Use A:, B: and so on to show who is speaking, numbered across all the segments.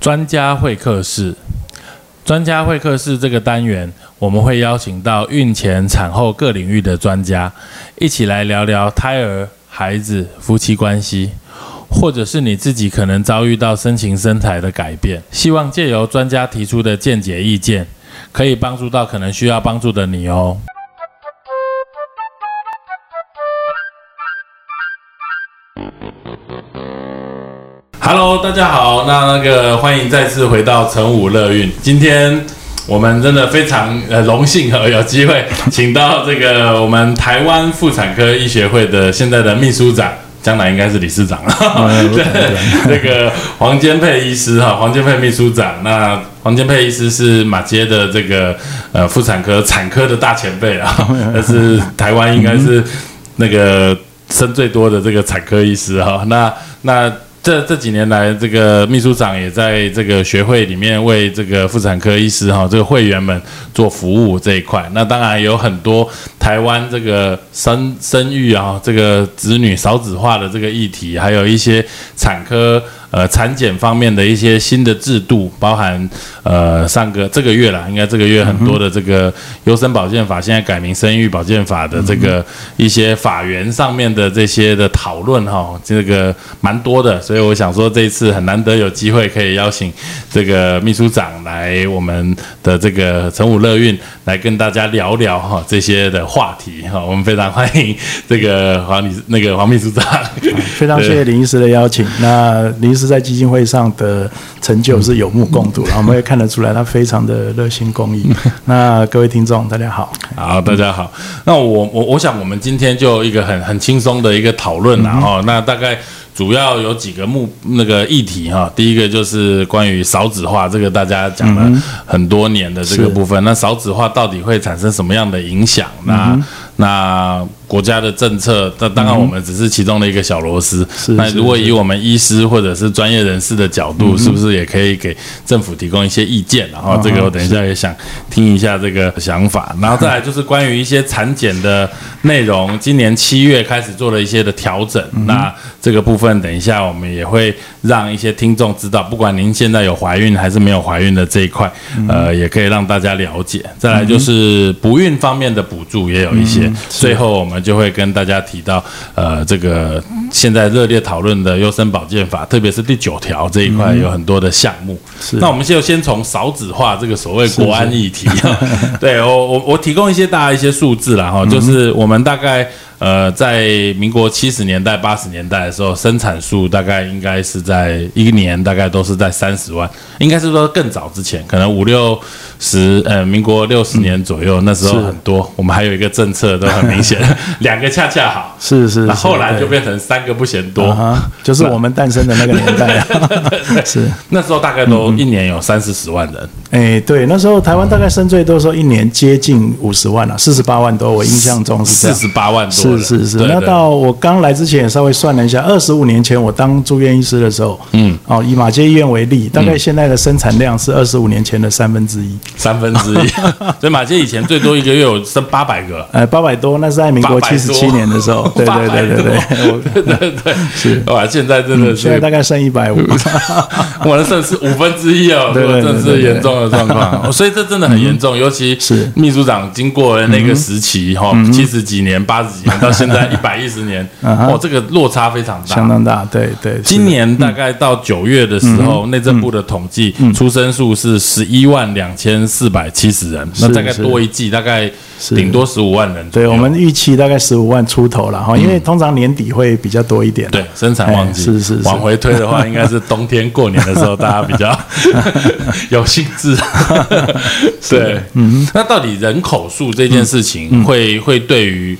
A: 专家会客室，专家会客室这个单元，我们会邀请到孕前、产后各领域的专家，一起来聊聊胎儿、孩子、夫妻关系，或者是你自己可能遭遇到身形身材的改变，希望借由专家提出的见解意见，可以帮助到可能需要帮助的你哦。Hello，大家好，那那个欢迎再次回到成武乐运。今天我们真的非常呃荣幸和有机会请到这个我们台湾妇产科医学会的现在的秘书长，将来应该是理 事长了。嗯对，这个黄坚佩医师哈，黄坚佩秘书长。那黄坚佩医师是马街的这个呃妇产科产科的大前辈 啊，但是台湾应该是那个生最多的这个产科医师哈。那那这这几年来，这个秘书长也在这个学会里面为这个妇产科医师哈，这个会员们做服务这一块。那当然有很多台湾这个生生育啊，这个子女少子化的这个议题，还有一些产科呃产检方面的一些新的制度，包含呃上个这个月啦，应该这个月很多的这个优生保健法现在改名生育保健法的这个一些法源上面的这些的讨论哈，这个蛮多的，所以我想说这一次很难得有机会可以邀请这个秘书长来我们的这个成武乐运来跟大家聊聊哈这些的话题哈，我们非常欢迎这个黄理那个黄秘书长，
B: 非常谢谢林医师的邀请。那林医师在基金会上的成
A: 嗯
B: 就是有目共睹，然后我们也看得出来，他非常的热心公益。
A: 嗯
B: 那各位听众，大家好。
A: 好，大家好。那我我我想，我们今天就一个很很轻松的一个讨论
B: 嗯
A: 啦哦。那大概主要有几个目那个议题哈、第一个就是关于少子化，这个大家讲
B: 嗯
A: 了很多年的这个部分。那少子化到底会产生什么样的影响？那、
B: 嗯
A: 那国家的政策，那当然我们只是其中的一个小螺丝。
B: 是
A: 那
B: 是
A: 如果以我们医师或者是专业人士的角度，是不是也可以给政府提供一些意见？然后这个我等一下也想听一下这个想法。然后再来就是关于一些产检的内容，今年七月开始做了一些的调整。那这个部分等一下我们也会让一些听众知道，不管您现在有怀孕还是没有怀孕的这一块，呃，也可以让大家了解。再来就是不孕方面的补助也有一些。最后我们就会跟大家提到，呃，这个现在热烈讨论的优生保健法，特别是第九条这一块有很多的项目。
B: 是
A: 那我们就先从少子化这个所谓国安议题，对我我我提供一些大家一些数字啦哈，
B: 嗯
A: 就是我们大概。呃，在民国七十年代、八十年代的时候，生产数大概应该是在一年大概都是在三十万，应该是说更早之前，可能五六十，呃，民国六十年左右，那时候很
B: 嗯
A: 多。我们还有一个政策都很明 显，两个恰恰好，
B: 是是，
A: 那
B: 是
A: 后来就
B: 对
A: 变成三个不嫌多。
B: 啊哈，就是我们诞生的那个年 代啊。 是，
A: 那时候大概都
B: 嗯
A: 一年有三四十万人，
B: 哎，对，那时候台湾大概生最多的时候，一年接近五十万了，啊四十八万多，我印象中是这
A: 四
B: 样。
A: 十八万多
B: 是
A: 人。
B: 是是，
A: 对
B: 那
A: 对
B: 到我刚来之前也稍微算了一下，二十五年前我当住院医师的时候，嗯，哦，以马街医院为例，大
A: 嗯
B: 概现在的生产量是二十五年前的三分之一，
A: 三分之 一。所以马街以前最多一个月有生八百个。
B: 呃，八百多，那是在民国七十七年的时 候，对对对对对，我
A: 对对对，是哇！现在真的
B: 嗯现在
A: 是
B: 大概剩一百 五，
A: 我的肾是五分之一哦，
B: 对
A: 如果
B: 对
A: 真的
B: 对
A: 是
B: 对对嗯
A: 严重的状 况，哦所以这真的很严重，尤其
B: 是嗯
A: 秘书长经过了那个时期哈，七十几年、八十 几年到现在一百一十年，哦，这个落差非常
B: 相
A: 大。
B: 当嗯大，对对，
A: 今
B: 是
A: 年大概到九月的时
B: 嗯
A: 候，内政部的统计出生数是十一万两千四百七十人，那
B: 是
A: 大概
B: 是
A: 多一季，大概顶多十五万人左
B: 对
A: 右。
B: 我们预期大概十五万出头了哈，因为通常年底会比较多一点，
A: 对，生产旺季、
B: 哎是是是
A: 往回推的话，应该是冬天过年的时候，大家比 较有兴致。对，嗯，那到底人口数这件事
B: 嗯
A: 情会、会对于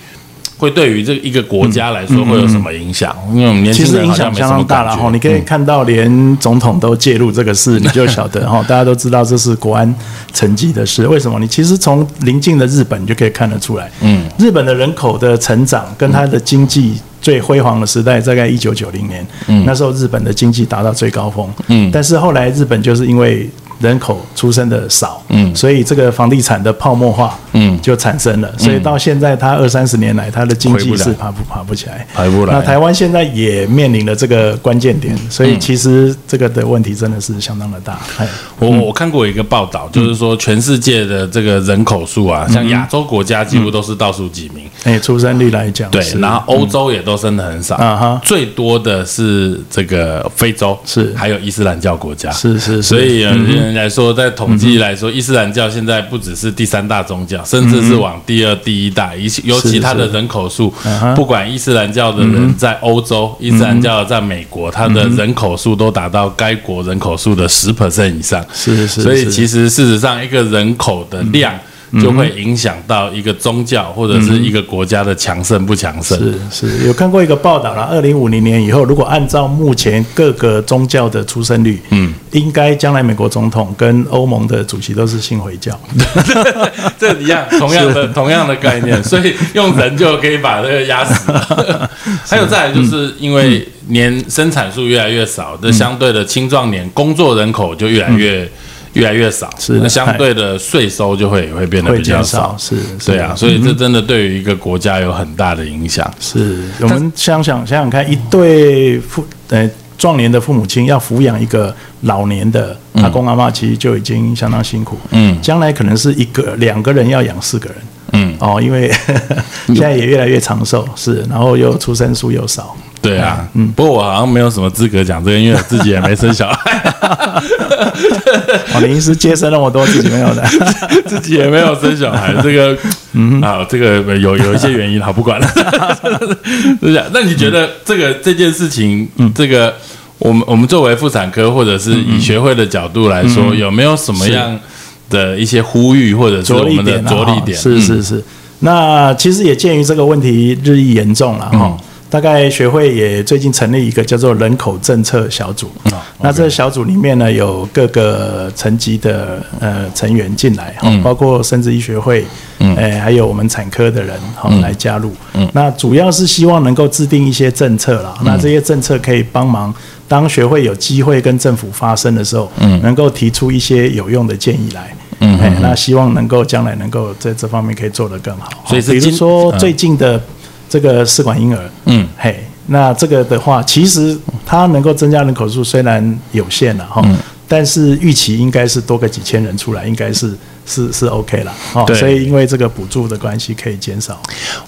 A: 会对于这一个国家来说会有什么影响？因为我们年
B: 嗯其
A: 轻
B: 实
A: 人
B: 影
A: 好像
B: 响
A: 没
B: 相
A: 什么
B: 当大
A: 感
B: 了
A: 觉。嗯
B: 哈，你可以看到连总统都介入这 个事，你就晓得哈，大家都知道这是国安层级的事。为什么？你其实从邻近的日本你就可以看得出来，嗯，日本的人口的成长跟它的经济。最辉煌的时代大概一九九零年，嗯、那时候日本的经济达到最高峰，嗯，但是后来日本就是因为人口出生的少，
C: 嗯
B: 所以这个房地产的泡沫化，
C: 嗯
B: 就产生了。所以到现在，它二三十年来，它的经济
C: 回
B: 是
C: 不来
B: 爬不爬不起来，
C: 爬不来
B: 那台湾现在也面临了这个关键点，
A: 嗯
B: 所以其实这个的问题真的是相当的大。哎
A: 我我看过一个报道，就是说全世界的这个人口数
B: 嗯
A: 啊，像亚洲国家几乎都是倒数几名，
B: 哎，出生率来讲，
A: 对，
B: 是
A: 然后欧洲也都生的很少，
B: 啊哈
A: 最多的是这个非洲，
B: 是
A: 还有伊斯兰教国家，
B: 是是是嗯
A: 所以有些人来说，在统计来说，伊斯兰教现在不只是第三大宗教，甚至是往第二、第一大，尤
B: 嗯
A: 其尤其它的人口数
B: 啊哈，
A: 不管伊斯兰教的人在欧
B: 嗯
A: 洲，伊斯兰教的在美国，它的人口数都达到该国人口数的十 percent 以上，
B: 是是
A: 所以
B: 是嗯
A: 其实事实上，一个人口的量。就会影响到一个宗教或者是一个国家的强盛不强盛。
B: 是是，有看过一个报道啦，二零五零年以后，如果按照目前各个宗教的出生率，嗯，应该将来美国总统跟欧盟的主席都是信回教。
A: 这一样，同样的同样的概 念，所以用人就可以把这个压 死了。还有再来，就是嗯因为年生产数越来越少，这相对的青壮年工作人口就越来越越来越少，
B: 是
A: 那相对嗯的税收就会也会变得
B: 会
A: 比较
B: 减
A: 少
B: 少，。是，是
A: 对啊，，所以这真的对于一个国家有很大的影响。
B: 是我们想想想想看，一对父呃壮年的父母亲要抚养一个老年的阿公阿妈，其实就已经相当辛苦。
C: 嗯
B: 将来可能是一个两个人要养四个人。
C: 嗯，
B: 哦，因 为 现在也越来越长寿，是，然后又出生数又少，
A: 对啊，嗯，不过我好像没有什么资格讲这个，因为我自己也没生小孩，
B: 哦，林医师接生那么多自己没有的，
A: 自己也没有生小孩，这个，嗯，啊，这个有有一些原因，好，不管了， 是这样。那你觉
B: 嗯
A: 得这个这件事情，这个我们我们作为妇产科或者是
B: 嗯
A: 以学会的角度来说，有没有什么样的一些呼吁，或者是
B: 着
A: 我
B: 力
A: 们的
B: 点啊，
A: 着力
B: 哈
A: 点？嗯
B: 是是是。那其实也鉴于这个问题日益严重
A: 嗯
B: 了哈。大概学会也最近成立一个叫做人口政策小组，
A: 嗯
B: 那这个小组里面呢有各个层级的呃成员进来
A: 嗯
B: 哈，包括生殖医学会，呃还有我们产科的人哈
A: 嗯
B: 来加入，那主要是希望能够制定一些政策
A: 嗯
B: 啦，那这些政策可以帮忙当学会有机会跟政府发声的时候，
A: 嗯
B: 能够提出一些有用的建议来，嗯，哎，那希望能够将来能够在这方面可以做得更好。
A: 所以是
B: 比如
A: 今嗯
B: 说最近的这个试管婴儿，
C: 嗯，
B: 嘿，那这个的话，其实它能够增加人口数虽然有限了哈，
A: 嗯
B: 但是预期应该是多个几千人出来，应该是是是 OK 了哦。
A: 对
B: 所以因为这个补助的关系，可以减少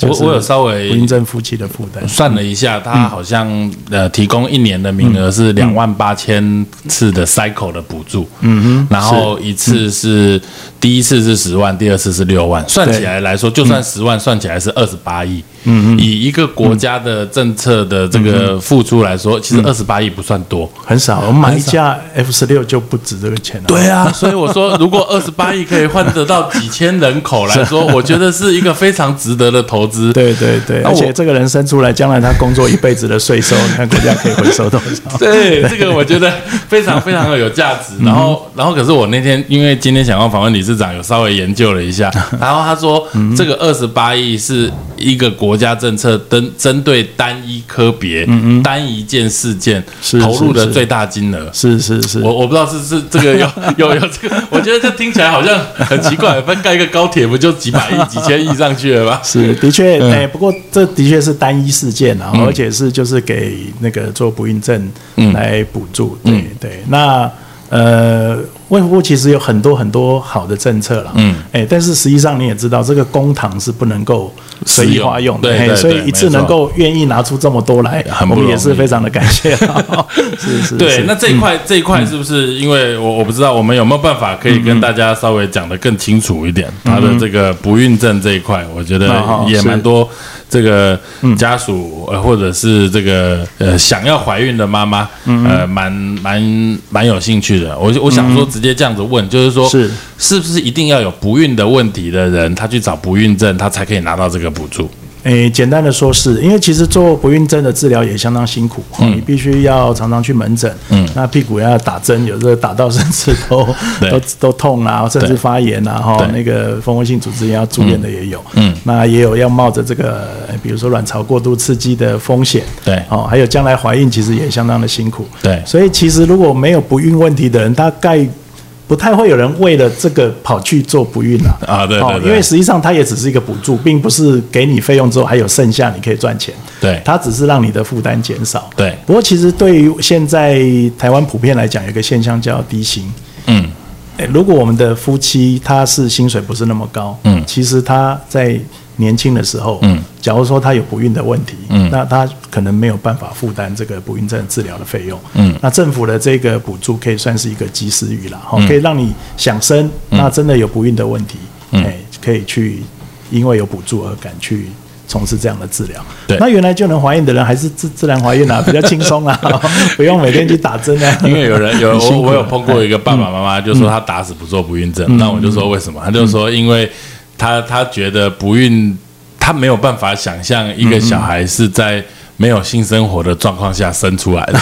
A: 我
B: 就是
A: 我有稍微
B: 不孕症夫妻的负担。
A: 算了一下，他好像呃提供一年的名额是两万八千次的 cycle 的补助，嗯哼，然后一次是第一次是十万，第二次是六万，算起来来说，就算十万算起来是二十八亿，嗯嗯，以一个国家的政策的这个付出来说，其实二十八亿不算多，
B: 很少，我们买一架 F 十六就不值这个钱了。对
A: 对啊，所以我说，如果二十八亿可以换得到几千人口来 说，我觉得是一个非常值得的投资，
B: 对对对，
A: 那我
B: 而且这个人生出来，将来他工作一辈子的税收，你看国家可以回收多少？
A: 对，这个我觉得非常非常的有价值。然
B: 嗯
A: 后，然后可是我那天因为今天想要访问理事长，有稍微研究了一 下，然后他说这
B: 嗯
A: 个二十八亿是一个国家政策针针对单一科别、单一件事件
B: 嗯是
A: 投入的
B: 是是
A: 最大金额。
B: 是是是，
A: 我我不知道是是这个有 有有这个，我觉得这听起来好像很奇怪。 翻盖一个高铁不就几百亿、几千亿上去了吗？
B: 是的确，
A: 嗯
B: 哎、不过这的确是单一事件啊，而且是就是给那个做不孕症
A: 嗯
B: 来补助，对、对。那呃，卫福部其实有很多很多好的政策啦，嗯，哎、但是实际上你也知道，这个公帑是不能够随
A: 使
B: 意
A: 用
B: 花用的，
A: 对
B: 哎
A: 对
B: 所
A: 对
B: 以一次
A: 没错
B: 能够愿意拿出这么多来，
A: 很不
B: 我们
A: 容
B: 也
A: 易
B: 是非常的感谢啊、 是是，
A: 对
B: 是，嗯
A: 那这一块、这一块是不是因为我我不知道我们有没有办法可以
B: 嗯
A: 跟大家稍微讲得更清楚一点，他的这个不孕症这一块，我觉得
B: 啊哈
A: 也
B: 是嗯
A: 蛮多这个家属、呃或者是这个呃想要怀孕的妈妈，
B: 嗯
A: 呃蛮蛮蛮有兴趣的。我就我想说直接这样子问，就是说
B: 是
A: 是不是一定要有不孕的问题的人，他去找不孕症，他才可以拿到这个补助？
B: 诶，简单的说是，因为其实做不孕症的治疗也相当辛苦，
A: 嗯
B: 哦你必须要常常去门诊，那屁股要打针， 有时候打到甚至都
A: 对
B: 都都痛啊，甚至发炎啊，哈，
A: 对
B: 那个蜂窝性组织炎要住院的也有，嗯，那也有要冒着这个，呃比如说卵巢过度刺激的风险，
A: 对
B: 哦，还有将来怀孕其实也相当的辛苦，
A: 对
B: 所以其实如果没有不孕问题的人，大概不太会有人为了这个跑去做不孕啊。
A: 啊对对对
B: 因为实际上它也只是一个补助，并不是给你费用之后还有剩下你可以赚钱。
A: 对
B: 它只是让你的负担减少。
A: 对
B: 不过其实对于现在台湾普遍来讲，有一个现象叫低薪。
A: 嗯，
B: 诶哎如果我们的夫妻他是薪水不是那么高，
A: 嗯
B: 其实他在年轻的时候，
A: 嗯，
B: 假如说他有不孕的问题，
A: 嗯
B: 那他可能没有办法负担这个不孕症治疗的费用，
A: 嗯
B: 那政府的这个补助可以算是一个及时雨啦，哈、可以让你想生，那真的有不孕的问题，
A: 嗯
B: 诶可以去因为有补助而敢去。从事这样的治疗，
A: 对
B: 那原来就能怀孕的人还是自自然怀孕啊，比较 轻松啊，不用每天去打针啊。
A: 因为有人有
B: 很辛
A: 我
B: 苦嗯
A: 我有
B: 啊
A: 碰过一个爸爸妈妈，就说他打死不做不孕症，那我就说为什么？他就
B: 嗯
A: 说因为他他觉得不孕，他没有办法想象一个小孩是在。没有性生活的状况下生出来 的，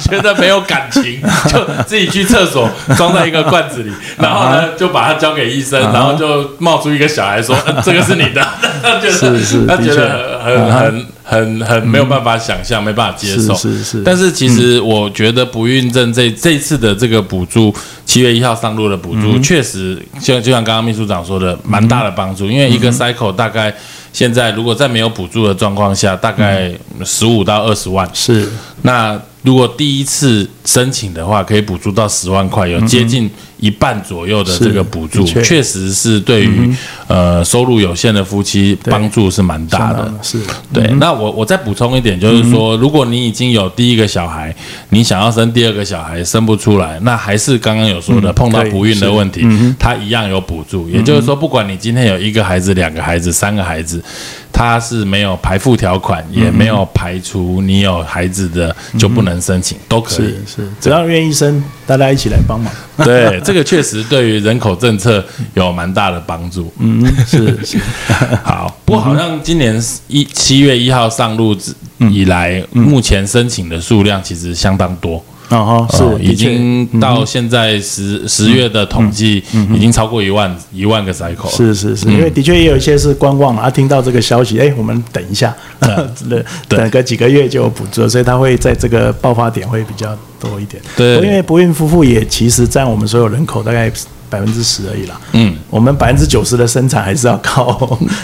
A: 觉得没有感情，就自己去厕所装在一个罐 子里，然后
B: 啊
A: 呢就把它交给医生，然后就冒出一个小孩 说：“呃这个是你的。”他觉得
B: 是是
A: 他
B: 的
A: 觉
B: 确啊
A: 得很很很很很没有办法想象，没办法接受。
B: 是是是
A: 但是其实
B: 嗯
A: 我觉得不孕症这这一次的这个补助，七月一号上路的补
B: 嗯
A: 助，确实像就像刚刚秘书长说的，蛮大的帮
B: 嗯
A: 助。因为一个 cycle 大概现在如果在没有补助的状况下，大概十五到二十万。
B: 嗯 是
A: 那如果第一次申请的话，可以补助到十万块，有接近一半左右的这个补助
B: 嗯是的，确嗯
A: 确实是对于呃收入有限的夫妻帮助是蛮大的。
B: 是
A: 对，那我我再补充一点，就是说，如果你已经有第一个小孩，你想要生第二个小孩生不出来，那还是刚刚有说的，碰到
B: 对
A: 不孕的问题，它一样有补助。嗯也就是说，不管你今天有一个孩子、两个孩子、三个孩子，它是没有排付条款，也没有排除你有孩子的嗯就不能申请，都可以
B: 是。是，只要愿意生，大家一起来帮忙。
A: 对，这个确实对于人口政策有蛮大的帮助。
B: 嗯， 是是，
A: 好，不过好像今年一七月一号上路之以来，目前申请的数量其实相当多，
B: 然后
A: 哦
B: 是嗯
A: 已经到现在十十月的统计，已经超过一万一万个 cycle 了。
B: 是是是，因为的确也有一些是观望了，啊，听到这个消息，哎，我们等一下，等 等个几个月就有补助了，所以他会在这个爆发点会比较多一点。
A: 对
B: 不过因为不孕夫妇也其实占我们所有人口大概百分之十而已啦。
A: 嗯，
B: 我们百分之九十的生产还是要 靠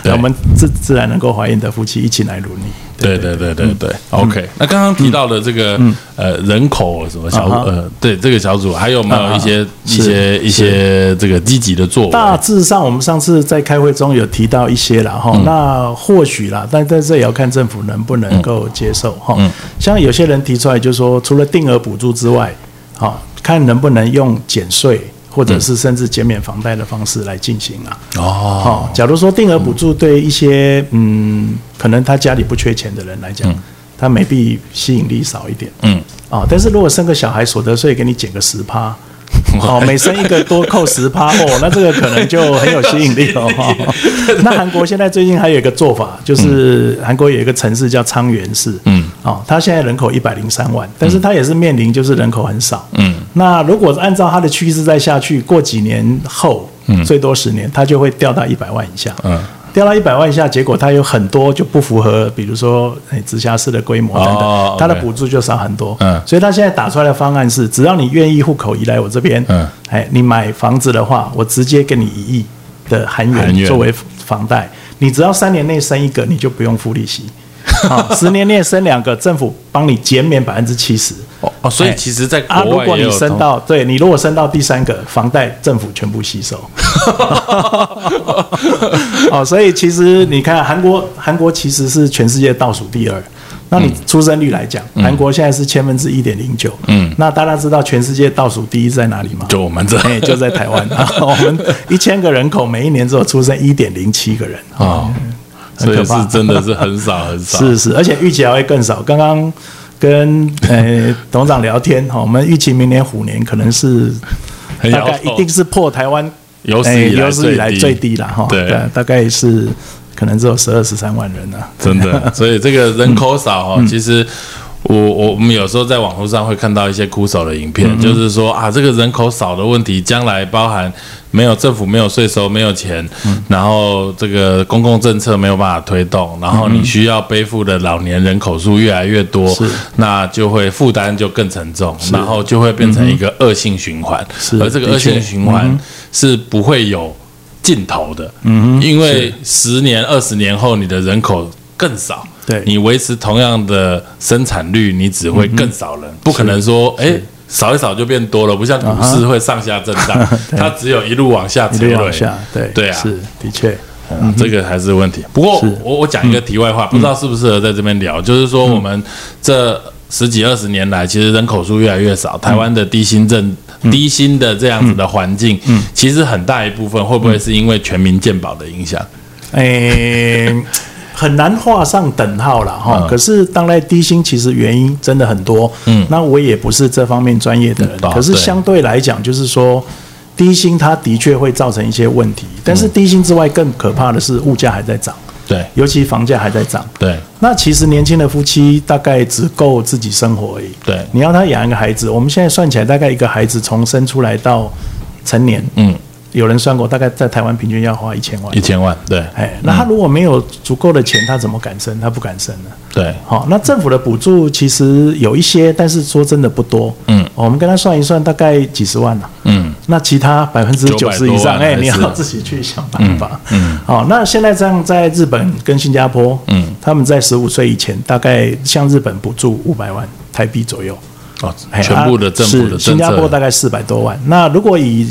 A: 对
B: 我们自自然能够怀孕的夫妻一起来努力。
A: 对对对
B: 嗯
A: 对对，OK。那刚刚提到的这个呃人口什么小
B: 啊哈啊
A: 呃对这个小组，还有没有一些一
B: 是
A: 些一些这个积极的作
B: 大
A: 为？
B: 致上，我们上次在开会中有提到一些了哈、那或许啦，但但这也要看政府能不能够接受哈、像有些人提出来，就是说除了定额补助之外，好、看能不能用减税或者是甚至减免房贷的方式来进行啊。
A: 哦，
B: 好、假如说定额补助对一些嗯，可能他家里不缺钱的人来讲，他没必吸引力少一点。
A: 嗯，
B: 哦，但是如果生个小孩，所得税给你减个十趴。哦，每生一个多扣十趴哦，那这个可能就很有吸引力哦。 那韩国现在最近还有一个做法，就是韩国有一个城市叫昌原市，
A: 嗯，
B: 哦，它现在人口一百零三万，但是它也是面临就是人口很少，
A: 嗯，
B: 那如果按照它的趋势再下去，过几年后，嗯，最多十年，它就会掉到一百万以下，
A: 嗯，
B: 掉到一百万以下，结果它有很多就不符合，比如说哎直辖市的规模等等，
A: 哦
B: 它的
A: OK
B: 补助就少很多，
A: 嗯
B: 所以他现在打出来的方案是，只要你愿意户口移来我这边，
A: 嗯
B: 哎，你买房子的话，我直接给你一亿的韩
A: 韩元
B: 元作为房贷，你只要三年内生一个，你就不用付利 息。好、十年内生两个，政府帮你减免百分之七十。
A: 哦，所以
B: 哎
A: 其实，在国
B: 啊，如
A: 外
B: 果
A: 也
B: 你
A: 有
B: 升
A: 同
B: 到对你如果升到第三个房贷，政府全部吸收。 哦，所以其实你看韩国，韩国其实是全世界倒数第二。那你出生率来讲，
A: 嗯
B: 韩国现在是千分之一点零九。嗯，那大家知道全世界倒数第一在哪里吗？
A: 就我们这
B: 哎、就在台湾。哦我们一千个人口，每一年只有出生一点零七个人。
A: 哦，所
B: 很
A: 以
B: 可怕
A: 是真的是很少很少。
B: 是是，而且预期还会更少。刚刚跟 呃董事长聊天哈，我们预期明年虎年可能是
A: 很
B: 大
A: 摇
B: 概
A: 头
B: 一定是破台湾
A: 有史
B: 哎
A: 以来
B: 有史以来
A: 最低
B: 最低了哈。
A: 对
B: 大概是可能只有十二十三万人了。啊
A: 真的，所以这个人口少哦，其实我我我们有时候在网络上会看到一些枯手的影片，就是说啊，这个人口少的问题，将来包含没有政府、没有税收、没有钱，然后这个公共政策没有办法推动，然后你需要背负的老年人口数越来越多，那就会负担就更沉重，然后就会变成一个恶性循环，
B: 是
A: 而这个
B: 的
A: 恶
B: 确
A: 性循
B: 嗯
A: 环是不会有尽头的，嗯，因为十年、二十年后你的人口更少，
B: 对
A: 你维持同样的生产率，你只会更少
B: 嗯
A: 人，不可能说哎。少一少就变多了，不像股市会上下震 荡，它只有一路往下
B: 啊一
A: 垂
B: 路
A: 落。
B: 往下，对
A: 对啊，
B: 是的 确，
A: 嗯这个还是问题。不过我我讲一个题外
B: 嗯
A: 话，不知道适不适合在这边聊，就是说我们这十几二十年来，其实人口数越来越
B: 嗯
A: 少，台湾的低薪政低薪的这样子的环境，
B: 嗯
A: 其实很大一部分会不会是因为全民健保的影响？
B: 诶、很难画上等号了
A: 嗯
B: 哈。可是当然低薪其实原因真的很多，嗯，那我也不是这方面专业的人，
A: 嗯啊
B: 可是
A: 对
B: 相对来讲就是说。低薪它的确会造成一些问题，但
A: 嗯
B: 是低薪之外更可怕的是物价还在涨，
A: 对
B: 尤其房价还在涨。
A: 对
B: 那其实年轻的夫妻大概只够自己生活而已。
A: 对
B: 你要他养一个孩子，我们现在算起来，大概一个孩子从生出来到成年，
A: 嗯，
B: 有人算过，大概在台湾平均要花一千万
A: 一。嗯千万，对
B: 哎，那他如果没有足够的钱，他怎么敢生？他不敢生呢。
A: 对
B: 好、那政府的补助其实有一些，但是说真的不多。嗯，我们跟他算一算，大概几十万了、啊
A: 嗯，
B: 那其他百分之九
A: 900
B: 十
A: 多
B: 以
A: 万
B: 上，哎，
A: 还
B: 你
A: 是
B: 要自己去想办法。嗯，好、那现在这样，在日本跟新加坡，嗯，他们在十五岁以前，大概向日本补助五百万台币左右，
A: 哦，
B: 哎
A: 全部的
B: 啊
A: 政府的
B: 是
A: 政
B: 新加坡大
A: 策，
B: 概四百多万。那如果以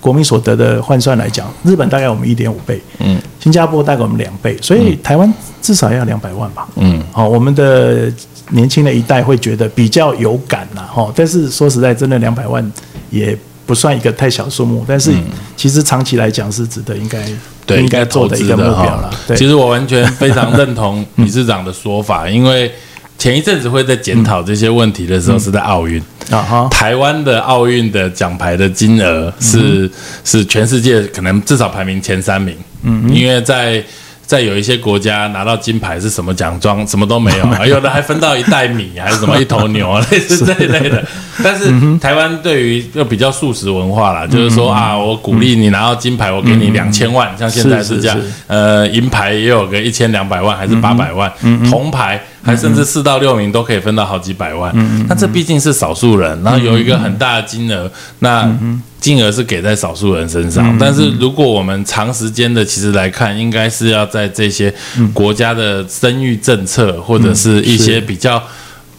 B: 国民所得的换算来讲，日本大概我们一点五倍，嗯，新加坡大概我们两倍，所以台湾至少要两百万吧，嗯，好、我们的年轻的一代会觉得比较有感啦，哈、但是说实在，真的两百万也不算一个太小数目，但是其实长期来讲是值得应该
A: 嗯对，
B: 应该做
A: 投
B: 的
A: 资
B: 一个目标
A: 哈
B: 了，对，
A: 其实我完全非常认同理事长的说法，因为前一阵子会在检讨这些问题的时候是在奥运。
B: 嗯啊哈，
A: 台湾的奥运的奖牌的金额是、
B: 嗯
A: 是全世界可能至少排名前三名，嗯，因为在在有一些国家拿到金牌是什么奖状什么都没有，啊有的还分到一袋米还是什么一头牛啊，类似这一类 的。但是
B: 嗯
A: 台湾对于就比较素食文化啦，就是说啊，我鼓励你拿到金牌，我给
B: 嗯
A: 你两千万，像现在
B: 是
A: 是
B: 是
A: 这样
B: 是，嗯
A: 呃，银牌也有个一千两百万还是八百万，铜牌还甚至四到六名都可以分到好几百万。
B: 嗯
A: 那这毕竟是少数人，然后有一个很大的金额，那
B: 嗯
A: 金额是给在少数人身上。但是如果我们长时间的其实来看，应该是要在这些
B: 嗯
A: 国家的生育政策或者是一些比较。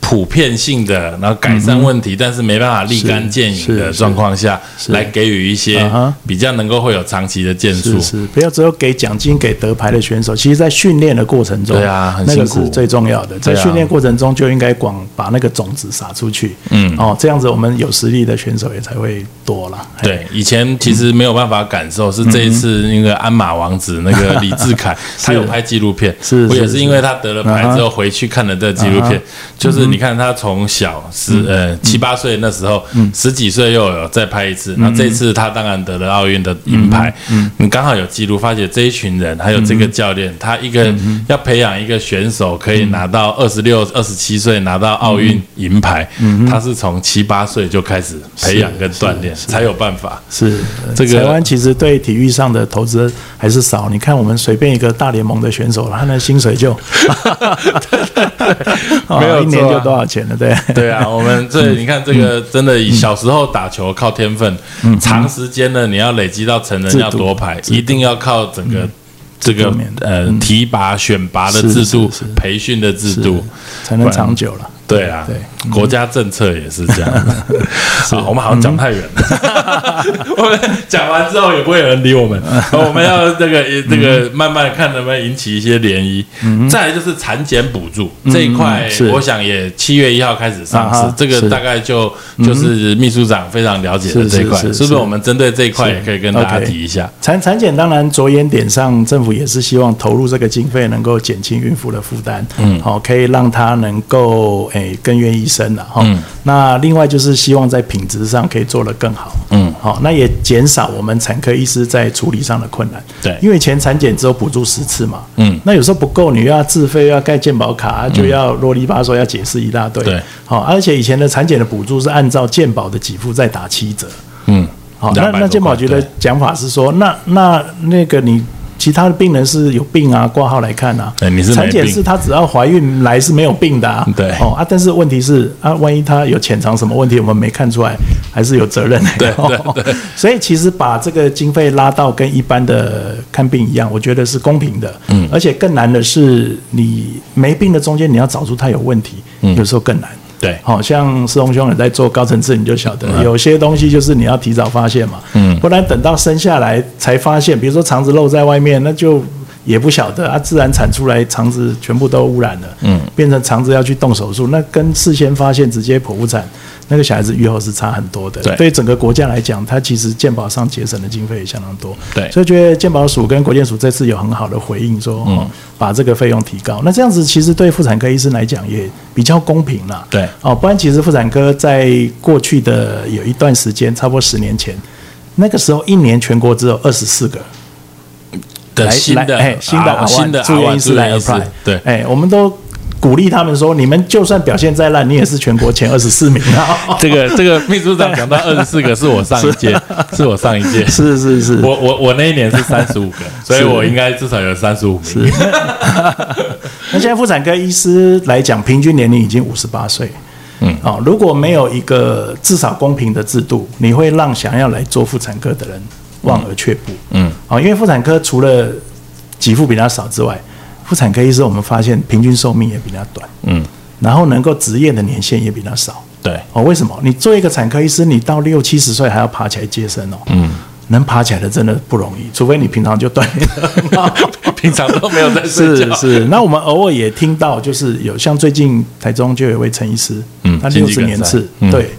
A: 普遍性的，然后改善问题，但是没办法立竿见影
B: 嗯是
A: 的
B: 是
A: 状况下，来给予一些
B: 啊哈
A: 比较能够会有长期的建树。
B: 是是，不要只有给奖金给得牌的选手，其实在训练的过程中，
A: 对啊很
B: 那个
A: 辛苦
B: 是最重要的。
A: 对
B: 在
A: 啊
B: 训练过程中就应该广把那个种子撒出去，嗯，哦，这样子我们有实力的选手也才会多啦。嘿，
A: 对，以前其实没有办法感
B: 嗯
A: 受，是这一次那个鞍马王子那个李志 凯，他有拍纪录片，
B: 是
A: 我也
B: 是
A: 是因为他得了牌之后回去看了这纪录片，就是你看他
B: 啊
A: 从小
B: 嗯
A: 十呃七八岁那时候，十几岁又有再拍一次，
B: 嗯
A: 那这一次他当然得了奥运的银牌，你刚好有记录，发觉这一群人还有这个教
B: 嗯
A: 练，他一个要培养一个选手可以拿到二十六、二十七岁拿到奥
B: 嗯
A: 运银牌，他是从七八岁就开始培养跟锻炼，才有办法。
B: 是
A: 这个
B: 台湾其实对体育上的投资还是少。你看我们随便一个大联盟的选手，他那薪 水就， 哦
A: 没有
B: 一年
A: 错啊
B: 就多少钱了？对
A: 对 啊，我们这你看这个真的，小时候打球靠天分，长时间的你要累积到成人
B: 制度
A: 要夺牌，一定要靠整个这个
B: 制度面的
A: 呃提拔、选拔的制度、培训的制度。
B: 才能长久了。
A: 对啊，
B: 对
A: 国家政策也是这样。 好，我们好像讲太远了。嗯 我们讲完之后也不会有人理我 们，我们要这个这个慢慢看能不能引起一些涟漪。再来就是产检补助这一块
B: 嗯是，
A: 我想也七月一号开始上
B: 啊
A: 市
B: 哈，
A: 这个
B: 是嗯
A: 大概就就是秘书长非常了解的
B: 是
A: 这一块，
B: 是是
A: 是不是？
B: 是
A: 我们针对这一块也可以跟大家
B: OK
A: 提一下。
B: 产产检当然着眼点上，政府也是希望投入这个经费能够减轻孕妇的负担，嗯，好、可以让她能够诶、诶更愿意生了哈。那另外就是希望在品质上可以做得更好，嗯，好，那也减少我们产科医师在处理上的困难，
A: 对
B: 因为以前产检只有补助十次嘛，嗯，那有时候不够，你又要自费，又要盖健保卡，啊就要啰里吧嗦，要解释一大堆，
A: 对，
B: 好，而且以前的产检的补助是按照健保的给付再打七折，
A: 嗯，
B: 好，
A: 200
B: 那
A: 多
B: 那健保
A: 块
B: 局的
A: 对
B: 讲法是说，那那那个你其他的病人是有病啊，挂号来看啊。
A: 对哎你是没
B: 产检
A: 病
B: 是他只要怀孕来是没有病的啊。
A: 对
B: 哦啊，但是问题是啊，万一他有潜藏什么问题，我们没看出来，还是有责任的。 哦
A: 对对对
B: 所以其实把这个经费拉到跟一般的看病一样，我觉得是公平的。嗯，而且更难的是，你没病的中间你要找出他有问题，有时候更难。
A: 嗯
B: 哦
A: 对
B: 好、像施宏兄也在做高层次，你就晓得、有些东西就是你要提早发现嘛，嗯，不然等到生下来才发现，比如说肠子露在外面，那就也不晓得啊，自然产出来肠子全部都污染了，嗯，变成肠子要去动手术，那跟事先发现直接剖腹产，那个小孩子愈后是差很多的。
A: 对
B: 对于整个国家来讲，它其实健保上节省的经费也相当多，
A: 对
B: 所以觉得健保署跟国健署这次有很好的回应说，哦，把这个费用提高，那这样子其实对妇产科医生来讲也比较公平啦，
A: 对
B: 哦，不然其实妇产科在过去的有一段时间，差不多十年前，那个时候一年全国只有二十四个
A: 的
B: 来
A: 呃新的
B: 来哎新的
A: 啊新的
B: 住
A: 阿
B: 院
A: 万
B: 医师来
A: 住院医师
B: apply，
A: 对。
B: 哎，我们都鼓励他们说，你们就算表现再烂，你也是全国前二十四名啊
A: 这个这个 秘书长讲到二十四个是我上一届，是我上一届，
B: 是是是，
A: 我我我那一年是三十五个，所以我应该至少有三十五名。
B: 那现在妇产科医师来讲，平均年龄已经五十八岁。嗯，哦，如果没有一个至少公平的制度，你会让想要来做妇产科的人望而却步。嗯，哦，因为妇产科除了给付比较少之外，妇产科医师我们发现平均寿命也比较短。嗯，然后能够执业的年限也比较少。
A: 对
B: 哦，为什么？你做一个产科医师，你到六七十岁还要爬起来接生哦。嗯。能爬起来的真的不容易，除非你平常就锻炼得很 好。
A: 平常都没有 在睡
B: 是
A: 觉。
B: 是，那我们偶尔也听到，就是有像最近台中就有一位陈医师，
A: 嗯
B: 他
A: 心
B: 六
A: 肌
B: 十
A: 梗
B: 年
A: 塞
B: 次，
A: 嗯
B: 对，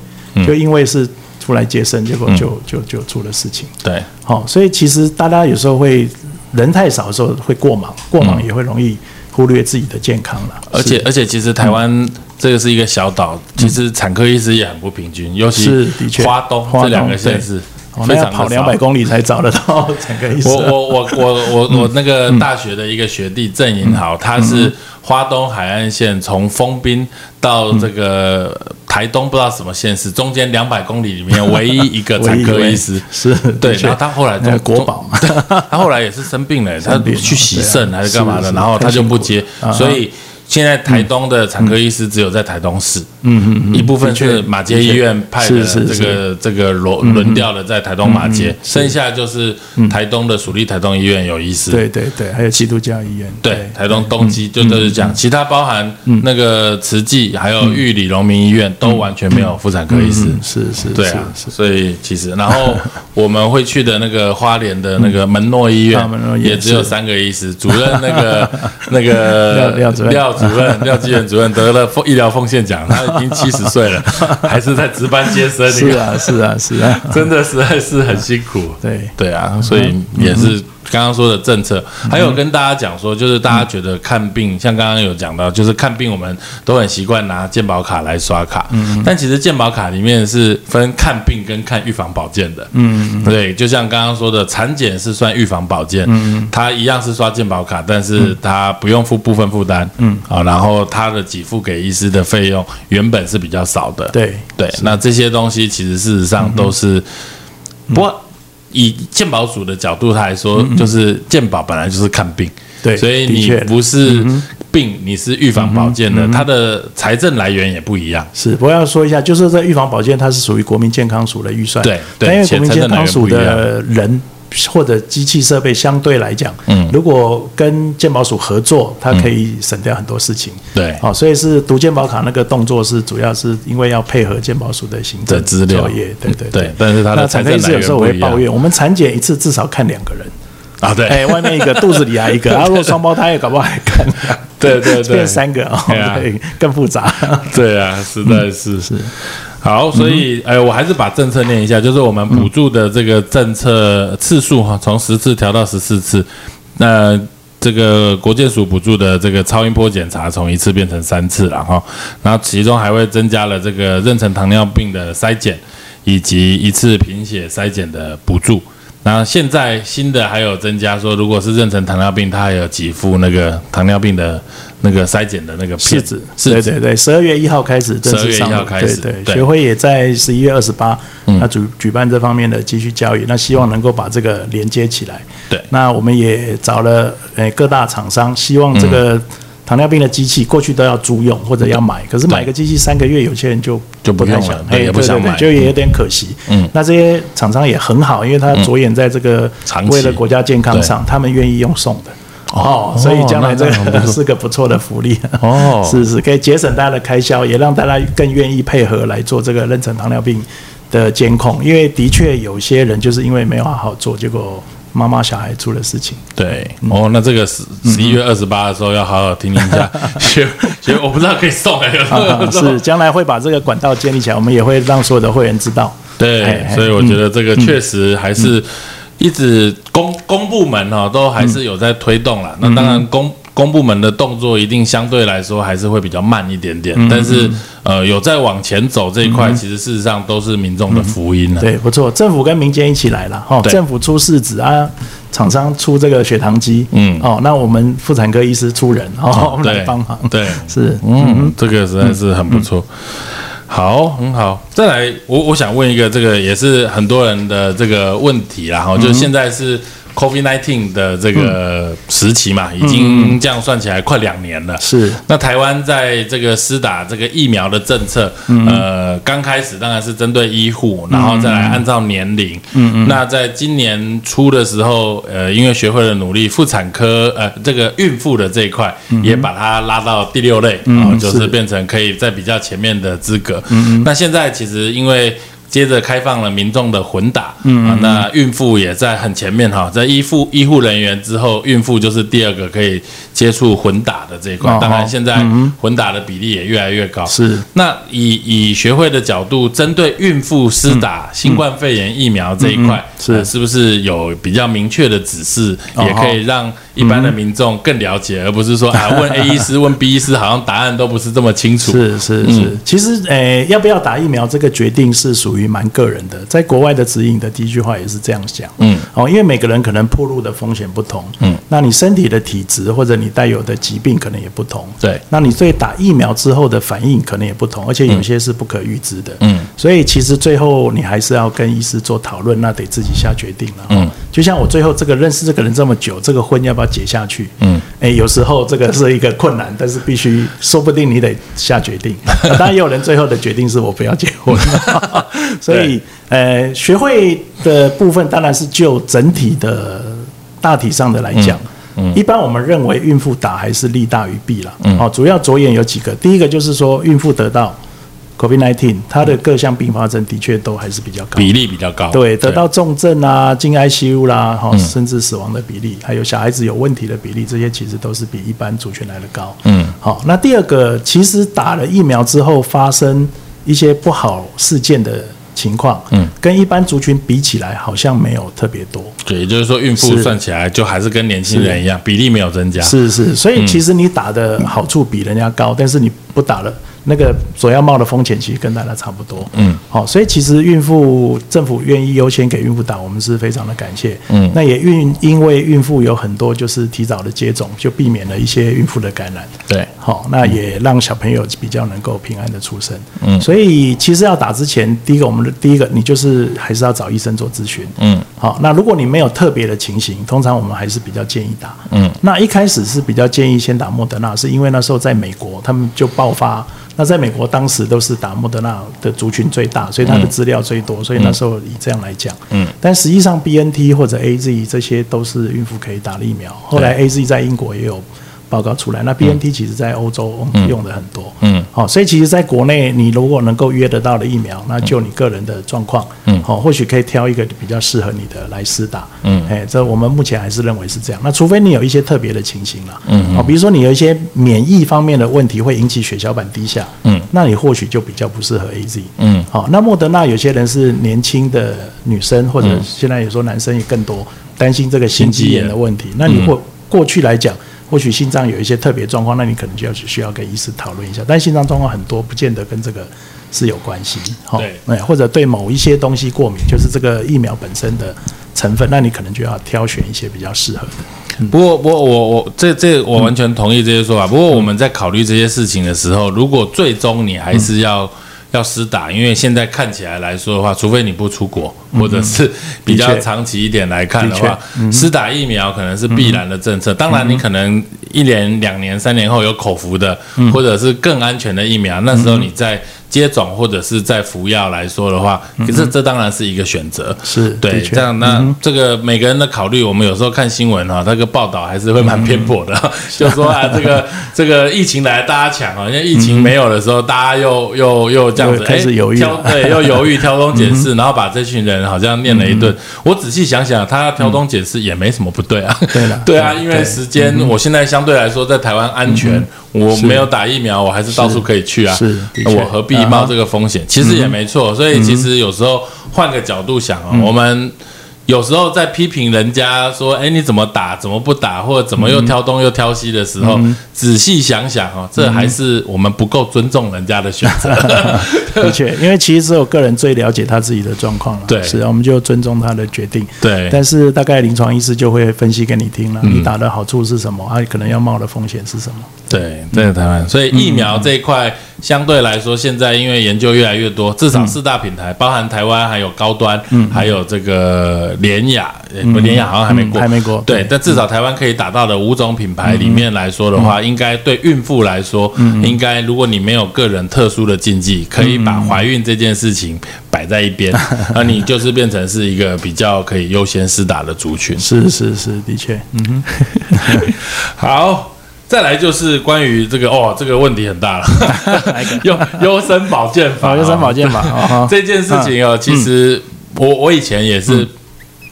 B: 就因为是出来接生，结果就、就就出了事情。
A: 对
B: 好、所以其实大家有时候会人太少的时候会过忙，过忙也会容易忽略自己的健康了。
A: 嗯而且而且，其实台
B: 嗯
A: 湾这个是一个小岛，其实产科医师也很不平均，尤
B: 是
A: 其
B: 的确
A: 花东
B: 花
A: 这两
B: 东
A: 个县
B: 对
A: 市
B: 哦，那
A: 非
B: 要
A: 常
B: 跑
A: 地
B: 两
A: 少
B: 百公里才找得 到整个医啊生。
A: 我我我我
B: 嗯
A: 我我那个大学的一个学弟郑银豪，他是花东海岸线从丰滨到这个台东不知道什么县市，中间两百公里里面唯一一个
B: 唯
A: 产
B: 一
A: 科
B: 一位
A: 医师。
B: 是
A: 对
B: 的，确
A: 然后他后来
B: 那
A: 中
B: 个国宝嘛，
A: 中 对他后来也是生病了，他
B: 生病了
A: 去洗肾
B: 对啊
A: 还是干嘛
B: 是
A: 的，
B: 是
A: 然后他就不接
B: 太辛苦，了啊嗯
A: 所以现在台东的产科医师只有在台东市，嗯嗯，一部分是马街医院派的
B: 是是
A: 这个这个
B: 嗯
A: 轮轮调的在台东马街，剩下就是台东的属立台东医院有医师，
B: 对嗯对对，还有基督教医院，
A: 对，台东东基就就是这样，其他包含
B: 嗯
A: 那个慈济还有玉里农民医院都完全没有妇产科医师，
B: 嗯是是，
A: 对
B: 嗯是
A: 啊，所以其实，然后我们会去的那个花莲的那个门诺医
B: 啊
A: 院
B: 门诺，医院
A: 也只有
B: 是
A: 三个医师，主任那 个那个
B: 廖廖主任
A: 廖主 任、廖纪元主任得了奉医疗奉献奖，他已经七十岁 了，还是在值班接生，
B: 是
A: 你看，
B: 啊是啊是啊，
A: 真的实在是很辛苦。
B: 对
A: 对嗯啊，所以也是刚刚说的政策，还有跟大家讲说，就是大家觉得看病，像刚刚有讲到，就是看病我们都很习惯拿健保卡来刷卡，但其实健保卡里面是分看病跟看预防保健的，嗯，对，就像刚刚说的，产检是算预防保健，嗯，它一样是刷健保卡，但是它不用付部分负担，嗯，啊，然后它的给付给医师的费用原本是比较少的，
B: 对
A: 对，那这些东西其实事实
B: 嗯
A: 上都是，不过以健保署的角度来说，就是健保本来就是看病，
B: 嗯对
A: 所以
B: 的
A: 你
B: 确嗯
A: 不是病，你是预防保健的，它的财政来源也不一样。
B: 是，不过要说一下，就是在预防保健，它是属于国民健康署的预算。
A: 对对
B: 但因为国民
A: 钱
B: 健
A: 真的
B: 康署
A: 也不一样
B: 的人或者机器设备相对来讲，嗯，如果跟健保署合作，它可以省掉很多事情。
A: 对
B: 好、所以是读健保卡那个动作是主要是因为要配合健保署的行
A: 的
B: 政
A: 资料
B: 作业，对对
A: 对但是它的
B: 那产科医
A: 财政
B: 师
A: 来源
B: 有时候我
A: 不
B: 会
A: 一样
B: 抱怨，我们产检一次至少看两个人，
A: 啊，对，
B: 哎，外面一个，肚子里还一个，啊，如果双胞胎，搞不好还看两个，
A: 对对对
B: 变三个哦，
A: 对啊
B: 对，更复杂。
A: 对啊，实在是、
B: 嗯
A: 是。好，所以哎、我还是把政策念一下，就是我们补助的这个政策次数哈，从十次调到十四次。那、这个国建署补助的这个超音波检查从一次变成三次了哈，然后其中还会增加了这个妊娠糖尿病的筛检，以及一次贫血筛检的补助。那现在新的还有增加说，如果是妊娠糖尿病，它还有几副那个糖尿病的那个筛检的那个
B: 是
A: 片
B: 指，
A: 是
B: 对
A: 指
B: 对对，十二月一号开始正
A: 12
B: 式
A: 月
B: 上
A: 1号
B: 路，
A: 开始
B: 对
A: 对嗯
B: 对，学会也在十一月二十八，那主举办这方面的继续教育，那希望能够把这个连接起来。
A: 对
B: 那我们也找了呃各大厂商，希望这个
A: 嗯
B: 糖尿病的机器过去都要租用或者要买，可是买个机器三个月，有些人就
A: 就不
B: 不太
A: 用
B: 想
A: 了，
B: 哎
A: 对也不想
B: 对对
A: 买
B: 对就也有点可惜。嗯，那这些厂商也很好，因为他着眼在这个
A: 嗯长期
B: 为了国家健康上，他们愿意用送的。哦，所以将来这
A: 那那很不
B: 个
A: 错
B: 是个不错的福利。
A: 哦
B: 是是，可以节省大家的开销，也让大家更愿意配合来做这个妊娠糖尿病的监控，因为的确有些人就是因为没有好好做，结果妈妈小孩出了 事情。
A: 对，
B: 嗯
A: 哦，那这个十十一月二十八的时候要好好听一 下，学学，我不知道可以送哎、有时候
B: 啊、是，将来会把这个管道建立起来，我们也会让所有的会员知道。
A: 对
B: 哎，哎嗯
A: 所以我觉得这个确实还是一直公公部门哈、都还是有在推动啦。
B: 嗯
A: 那当然公。公部门的动作一定相对来说还是会比较慢一点点，
B: 嗯
A: 但是呃有在往前走这一块，其实事实上都是民众的福音了、啊
B: 嗯对，不错，政府跟民间一起来了哈、
A: 对
B: 政府出试纸啊，厂商出这个血糖机，
A: 嗯
B: 哦，那我们妇产科医师出人哦，我们
A: 对
B: 来帮忙。
A: 对，
B: 是，
A: 嗯，这个实在是很不错。好，很好。再来，我我想问一个，这个也是很多人的这个问题啦，哈、就是现在是 COVID 1 9的这个时期嘛，已经这样算起来快两年了。
B: 是
A: 那台湾在这个施打这个疫苗的政策，呃，刚开始当然是针对医护，然后再来按照年龄。嗯嗯。那在今年初的时候，呃，因为学会的努力，妇产科呃这个孕妇的这一块也把它拉到第六类，然后嗯就是
B: 是
A: 变成可以在比较前面的资格。嗯嗯。那现在其实因为接着开放了民众的混打，嗯啊，那孕妇也在很前面哈，在医护医护人员之后，孕妇就是第二个可以接触混打的这一块。
B: 哦
A: 当然，现在混打的比例也越来越高。
B: 是
A: 那以以学会的角度，针对孕妇施打
B: 嗯
A: 新冠肺炎疫苗这一块，
B: 是哦
A: 呃是不是有比较明确的指示，也可以让一般的民众更了解，而不是说啊问 A 医 师问 B 医师，好像答案都不是这么清楚。
B: 嗯
A: 嗯
B: 是是是，其实诶、呃要不要打疫苗这个决定是属于蛮个人的，在国外的指引的第一句话也是这样讲，嗯，哦，因为每个人可能暴露的风险不同，嗯，那你身体的体质或者你带有的疾病可能也不同，
A: 对
B: 那你对打疫苗之后的反应可能也不同，而且有些是不可预知的，嗯，所以其实最后你还是要跟医师做讨论，那得自己下决定了，嗯，就像我最后这个认识这个人这么久，这个婚要不要结下去，嗯，诶，有时候这个是一个困难，但是必须，说不定你得下决 定，那当然也有人最后的决定是我不要结 婚，所以呃，学会的部分当然是就整体的大体上的来讲。一般我们认为孕妇打还是利大于弊啦。哦，主要着眼有几个，第一个就是说孕妇得到 COVID-19，它的各项并发症的确都还是比较高，
A: 比例比较高，
B: 对，嗯得到重症啊、进 ICU 啦，哈、甚至死亡的比例，还有小孩子有问题的比例，这些其实都是比一般族群来的高。嗯，好、那第二个，其实打了疫苗之后发生一些不好事件的情况，嗯，跟一般族群比起来，好像没有特别多。
A: 对，也就是说孕妇
B: 是
A: 算起来就还是跟年轻人一样，比例没有增加。，
B: 是是，所以其实你打的好处比人家高，但是你不打了，那个所要冒的风险其实跟大家差不多。嗯，好、所以其实孕妇政府愿意优先给孕妇打，我们是非常的感谢。嗯，那也孕因为孕妇有很多就是提早的接种，就避免了一些孕妇的感染。
A: 对，
B: 好、那也让小朋友比较能够平安的出生。嗯，所以其实要打之前，第一个我们的第一个你就是还是要找医生做咨询。嗯，好、那如果你没有特别的情形，通常我们还是比较建议打。嗯，那一开始是比较建议先打莫德纳，是因为那时候在美国他们就爆发，那在美国当时都是打莫德纳的族群最大，所以它的资料最多，所以那时候以这样来讲。嗯，但实际上 B N T 或者 A Z 这些都是孕妇可以打的疫苗，后来 A Z 在英国也有。报告出来。那 BNT 其实在欧洲我们用的很多，嗯，好、所以其实在国内你如果能够约得到的疫苗，那就你个人的状况，嗯，好、或许可以挑一个比较适合你的来施打，嗯，哎，这我们目前还是认为是这样。那除非你有一些特别的情形啦，嗯，好、比如说你有一些免疫方面的问题会引起血小板低下，嗯，那你或许就比较不适合 AZ，嗯，好、那莫德纳有些人是年轻的嗯女生，或者现在也说男生也更多担心这个心肌炎的问题，那你或过去来讲，或许心脏有一些特别状况，那你可能就要需要跟医师讨论一下。但心脏状况很多，不见得跟这个是有关系。好
D: 对
B: 哎，或者对某一些东西过敏，就是这个疫苗本身的成分，那你可能就要挑选一些比较适合 的。
A: 不过，不过我我这这我完全同意这些说法。不过我们在考虑这些事情的时候，如果最终你还是要、要施打，因为现在看起来来说的话，除非你不出国，或者是比较
B: 的确
A: 长期一点来看的
B: 的
A: 话，施打疫苗可能是必然的政策。当然，你可能一年、两年、三年后有口服的，或者是更安全的疫苗，那时候你再接种或者是在服药来说的话，可是这当然是一个选择。
B: 是
A: 对，
B: 的确嗯
A: 这样那这个每个人的考虑，我们有时候看新闻啊哈，那个报道还是会蛮偏颇
B: 嗯
A: 的， 就说 啊，这个这个疫情来大家抢啊，因为疫情没有的时候，大家又又又这样子
B: 又开始
A: 哎
B: 犹豫
A: 挑
B: 了嗯
A: 对，又 犹豫挑东拣西，然后把这群人好像念了一顿。我仔细想想，他挑东拣西也没什么不对啊，
B: 嗯对嗯啦
A: 对啊，因为时间，我现在相对来说在台湾安全，我没有打疫苗，我还是到处可以去啊，
B: 是的确嗯
A: 我何必冒这个风险？其实也没错，所以其实有时候换个角度想哦，
B: 嗯
A: 我们。有时候在批评人家说：“哎，你怎么打，怎么不打，或者怎么又挑东又挑西的时候，
B: 嗯
A: 仔细想想哦，这还是我们不够尊重人家的选 择。
B: 的确，因为其实只有个人最了解他自己的状况了。
A: 对
B: 是啊，我们就尊重他的决定。
A: 对
B: 但是大概临床医师就会分析给你听了，你打的好处是什么，啊，可能要冒的风险是什么。
A: 对，在台湾，所以疫苗这一块相对来说，现在因为研究越来越多，至少四大品牌，包含台湾，还有高端，还有这个联雅，呃不联雅好像还没过，
B: 嗯嗯还嗯没过
A: 对，但至少台湾可以打到的五种品牌里面来说的话，应该对孕妇来说，
B: 嗯
A: 应该如果你没有个人特殊的禁忌，可以把怀孕这件事情摆在一 边，那你就是变成是一个比较可以优先施打的族群。
B: 是是是，的确，嗯哼，
A: 好，再来就是关于这个哦，这个问题很大 了，优优哦生保健法，
B: 好，就三保 健吧。哦哈
A: 这件事情哦，其实我我以前也
B: 嗯
A: 是。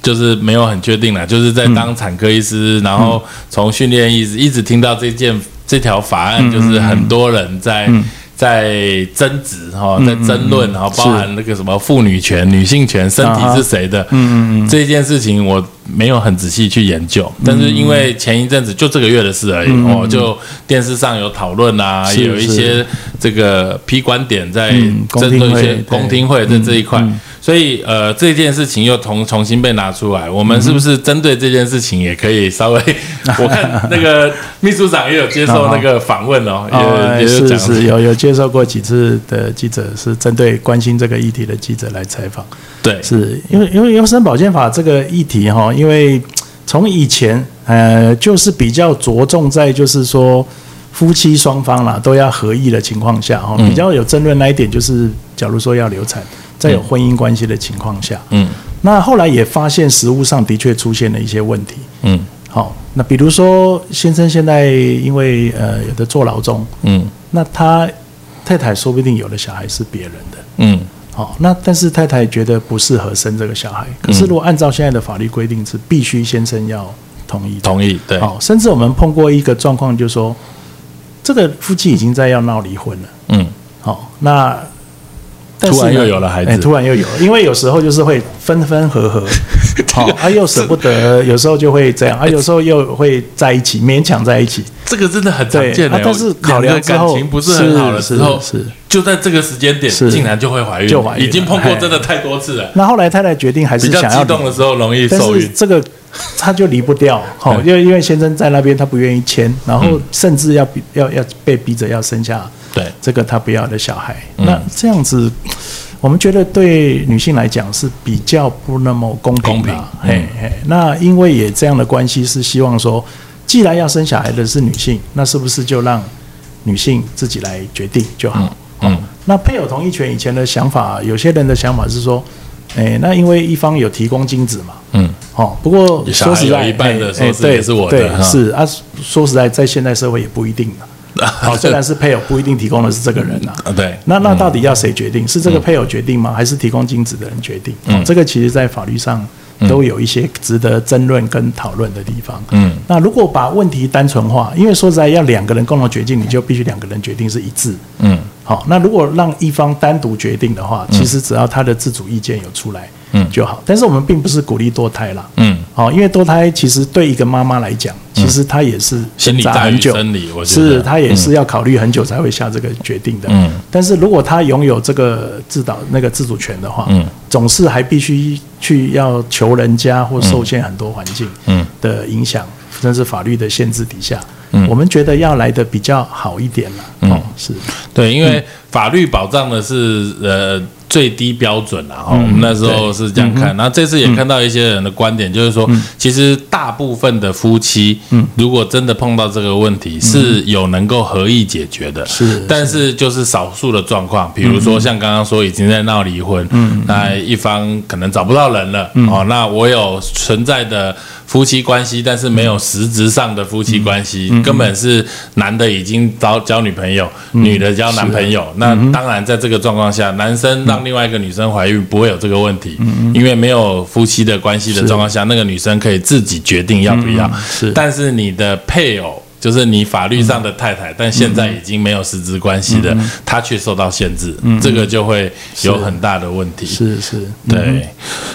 A: 就是没有很确定啦，就是在当产科医师，然后
B: 嗯
A: 从训练医师一直听到这件这条法
B: 嗯
A: 案，就是很多人在、在争执哈，在
B: 嗯
A: 争论，然后包含那个什么妇女权、女性权、身
B: 啊
A: 体是谁的，嗯嗯这件事情我没有很仔细去研究，
B: 嗯
A: 但是因为前一阵子就这个月的事而已，哦，就电视上有讨论啊，
B: 是
A: 也有一
B: 是
A: 些这个批观点在
B: 嗯
A: 针对一些
B: 公听会对
A: 公听会在这一
B: 嗯
A: 块，所以呃这件事情又重重新被拿出来，我们是不是针对这件事情也可以稍微？ 我看那个秘书长也有接受那个访问哦，
B: 哦，
A: 也也有
B: 是
A: 讲
B: 是，有有接受过几次的记者是针对关心这个议题的记者来采访，
A: 对
B: 是因为因为优生保健法这个议题哈，因为从以前呃就是比较着重在就是说夫妻双方啦都要合意的情况下哈，
A: 嗯
B: 比较有争论那一点就是，假如说要流产，在有婚姻关系的情况下，
A: 嗯
B: 那后来也发现实物上的确出现了一些问题，
A: 嗯
B: 好，那比如说先生现在因为呃有的坐牢中，
A: 嗯
B: 那他太太说不定有的小孩是别人的，
A: 嗯
B: 好、那但是太太觉得不适合生这个小孩，可是如果按照现在的法律规定是必须先生要同意的，
A: 同意对
B: 好、甚至我们碰过一个状况，就是说这个夫妻已经在要闹离婚了，
A: 嗯
B: 好、那但是
A: 突
B: 呢
A: 然又有了孩子
B: 哎突然又有了，因为有时候就是会分分 合合，好、啊又舍不得，有时候就会这样，啊有时候又会在一起，勉强在一起，
A: 这个真的很常
B: 对
A: 见的、哦
B: 啊但是考量
A: 两个
B: 之后
A: 感情不是很好的时候，
B: 是是是
A: 就在这个时间点，
B: 是
A: 竟然就会怀孕，
B: 就怀孕了
A: 已经碰过真的太多次了。
B: 那后来太太决定还
A: 比
B: 是
A: 较
B: 想
A: 激
B: 要
A: 动的时候容易
B: 但
A: 受
B: 是
A: 孕，
B: 这个他就离不掉，哈、因为因为先生在那边他不愿意签，然后甚至要逼要要被逼着要生下
A: 嗯对嗯
B: 这个他不要的小孩，那这样子。我们觉得对女性来讲是比较不那么公平
A: 公平嗯
B: 的，嘿嘿。那因为也这样的关系是希望说，既然要生小孩的是女性，那是不是就让女性自己来决定就好？
A: 嗯
B: 那配偶同意权以前的想法，有些人的想法是说，诶，那因为一方有提供精子嘛，
A: 嗯，
B: 哦，不过
A: 也
B: 说实
A: 小孩
B: 在，
A: 有一半的
B: 哎
A: 说
B: 哎
A: 是
B: 对
A: 也是我的
B: 对
A: 哈
B: 是啊，说实在，在现代社会也不一定 的。好，虽然是配偶不一定提供的是这个人啊，
A: 啊对嗯
B: 那那到底要谁决定？是这个配偶决定吗？还是提供精子的人决定？嗯，这个其实在法律上都有一些值得争论跟讨论的地方。
A: 嗯，
B: 那如果把问题单纯化，因为说实在，要两个人共同决定，你就必须两个人决定是一致。
A: 嗯，
B: 好，那如果让一方单独决定的话，其实只要他的自主意见有出来，嗯，就好。但是我们并不是鼓励堕胎啦，嗯，好，因为堕胎其实对一个妈妈来讲，
A: 嗯
B: 其实她也是
A: 心理
B: 挣扎
A: 大于
B: 很久，
A: 生理我觉得嗯
B: 是她也是要考虑很久才会下这个决定的，嗯。但是如果她拥有这个自导那个自主权的话，嗯，总是还必须去要求人家
A: 嗯
B: 或受限很多环境，嗯的影响，甚至法律的限制底下，嗯，我们觉得要来的比较好一点啦，嗯，是。
A: 对，因为法律保障的是呃最低标准啦，哈、我们那时候是这样看，然后这次也看到一些人的观点，就是说，其实大部分的夫妻，如果真的碰到这个问题，是有能够合意解决的，
B: 是
A: 但是就是少数的状况，比如说像刚刚说已经在闹离婚，嗯，那一方可能找不到人了，哦，那我有存在的夫妻关系，但是没有实质上的夫妻关系，根本是男的已经找交女朋友，女的交男朋友。那当然，在这个状况下，男生让另外一个女生怀孕不会有这个问题，因为没有夫妻的关系的状况下，那个女生可以自己决定要不要。
B: 是
A: 但嗯是你的配偶。就是你法律上的太太，但现在已经没有实质关系的，她却受到限制，这个就会有很大的问题。
B: 是嗯是，
A: 对，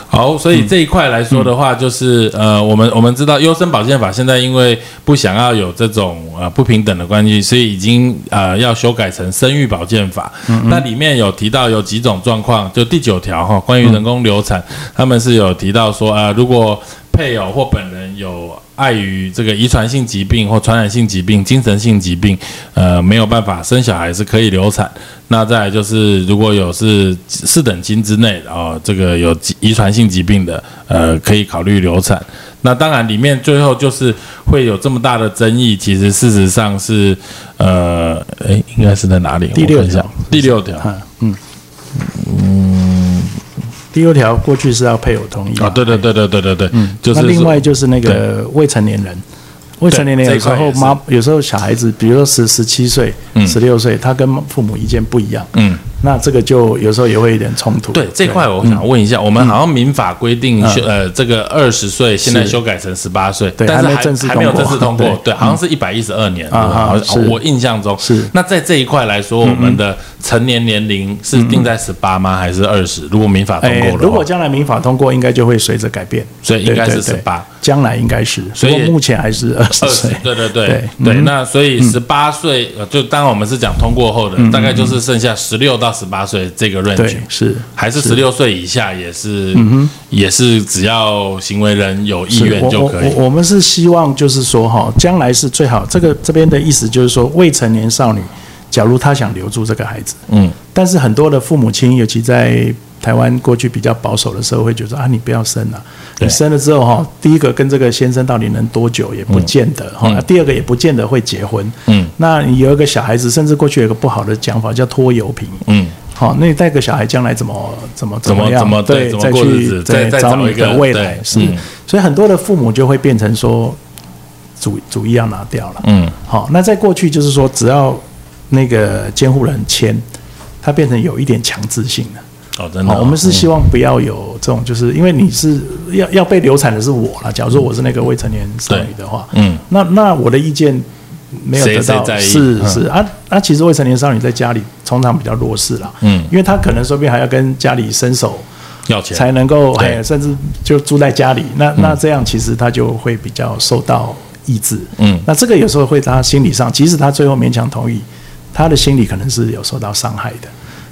A: 好，所以这一块来说的话，就是呃，我们我们知道优生保健法现在因为不想要有这种呃不平等的关系，所以已经呃要修改成生育保健法。那里面有提到有几种状况，就第九条哈，关于人工流产，他们是有提到说啊、呃如果配偶或本人有碍于这个遗传性疾病或传染性疾病、精神性疾病，呃，没有办法生小孩是可以流产。那再来就是，如果有是四等亲之内哦，这个有疾遗传性疾病的，呃，可以考虑流产。那当然，里面最后就是会有这么大的争议，其实事实上是，呃，诶，应该是在哪里？
B: 第
A: 我看
B: 六
A: 一下
B: 条，
A: 第六条啊，
B: 第六条过去是要配偶同意啊嘛
A: 啊对对对对对对对，就是
B: 嗯那另
A: 说
B: 外就是那个未成年人，未成年人有
A: 这
B: 时
A: 一块
B: 候
A: 也是
B: 妈有时候小孩子，比如说十十七岁、十六岁，他跟父母意见不一样，
A: 嗯，
B: 那这个就有时候也会有点冲突。
A: 对这块，我想问一
B: 嗯
A: 下，我们好像民法规定修，呃，这个二十岁现在修改成十八岁，
B: 对
A: 但是
B: 还没正式
A: 还没有
B: 通过
A: 正式通过
B: 对，
A: 对，好像是一百一十二年，对
B: 啊
A: 吧
B: 哈
A: 好像
B: 是
A: 我印象中
B: 是
A: 那在这一块来说，我们的成年年龄是定在十八吗？还是二十？如果民法通
B: 嗯哎
A: 过，的
B: 如果
A: 话，
B: 将来民法通过，应该就会随着改变，
A: 所以应该是
B: 对对对
A: 18
B: 将来应该是，
A: 所以
B: 不过目前还是二十
A: 二十
B: 岁，，
A: 对对对
B: 对嗯
A: 对，那所以十八岁，呃就当然我们是讲通过后的，大概就是剩下十六到十八岁这个 range
B: 嗯对。是。嗯
A: 还是十六岁以下也是，也是只要行为人有意
B: 是
A: 愿就可以。
B: 我我我我们是希望就是说哈，将来是最好。这个这边的意思就是说，未成年少女，假如她想留住这个孩子，
A: 嗯，
B: 但是很多的父母亲，尤其在台湾过去比较保守的社会，就说啊，你不要生了、
A: 对
B: 你生了之后哈，第一个跟这个先生到底能多久也不见得哈、啊第二个也不见得会结婚，
A: 嗯，
B: 那你有一个小孩子，甚至过去有一个不好的讲法叫拖油瓶，
A: 嗯，
B: 好、那你带个小孩将来怎么怎么
A: 怎么
B: 样
A: 怎么对
B: 对
A: 怎么
B: 再
A: 过日
B: 去
A: 子再再
B: 找
A: 找
B: 你
A: 一个
B: 的未
A: 对
B: 来是、
A: 嗯
B: 所以很多的父母就会变成说主主意要拿掉了，
A: 嗯，
B: 好，那在过去就是说，只要那个监护人签，它变成有一点强制性了。
A: 哦，真的哦、
B: 好，我们是希望不要有这种，就是因为你是要要被流产的是我啦。假如说我是那个未成年少女的话，
A: 嗯，
B: 那那我的意见没有
A: 谁
B: 得到
A: 谁，在意嗯
B: 是是啊啊，其实未成年少女在家里通常比较弱势啦，
A: 嗯
B: 因为她可能说不定还要跟家里伸手。
A: 要钱
B: 才能够，
A: 对嗯
B: 哎，甚至就住在家里。那那这样其实他就会比较受到抑制。
A: 嗯
B: 那这个有时候会在他心理上，即使他最后勉强同意，他的心理可能是有受到伤害的。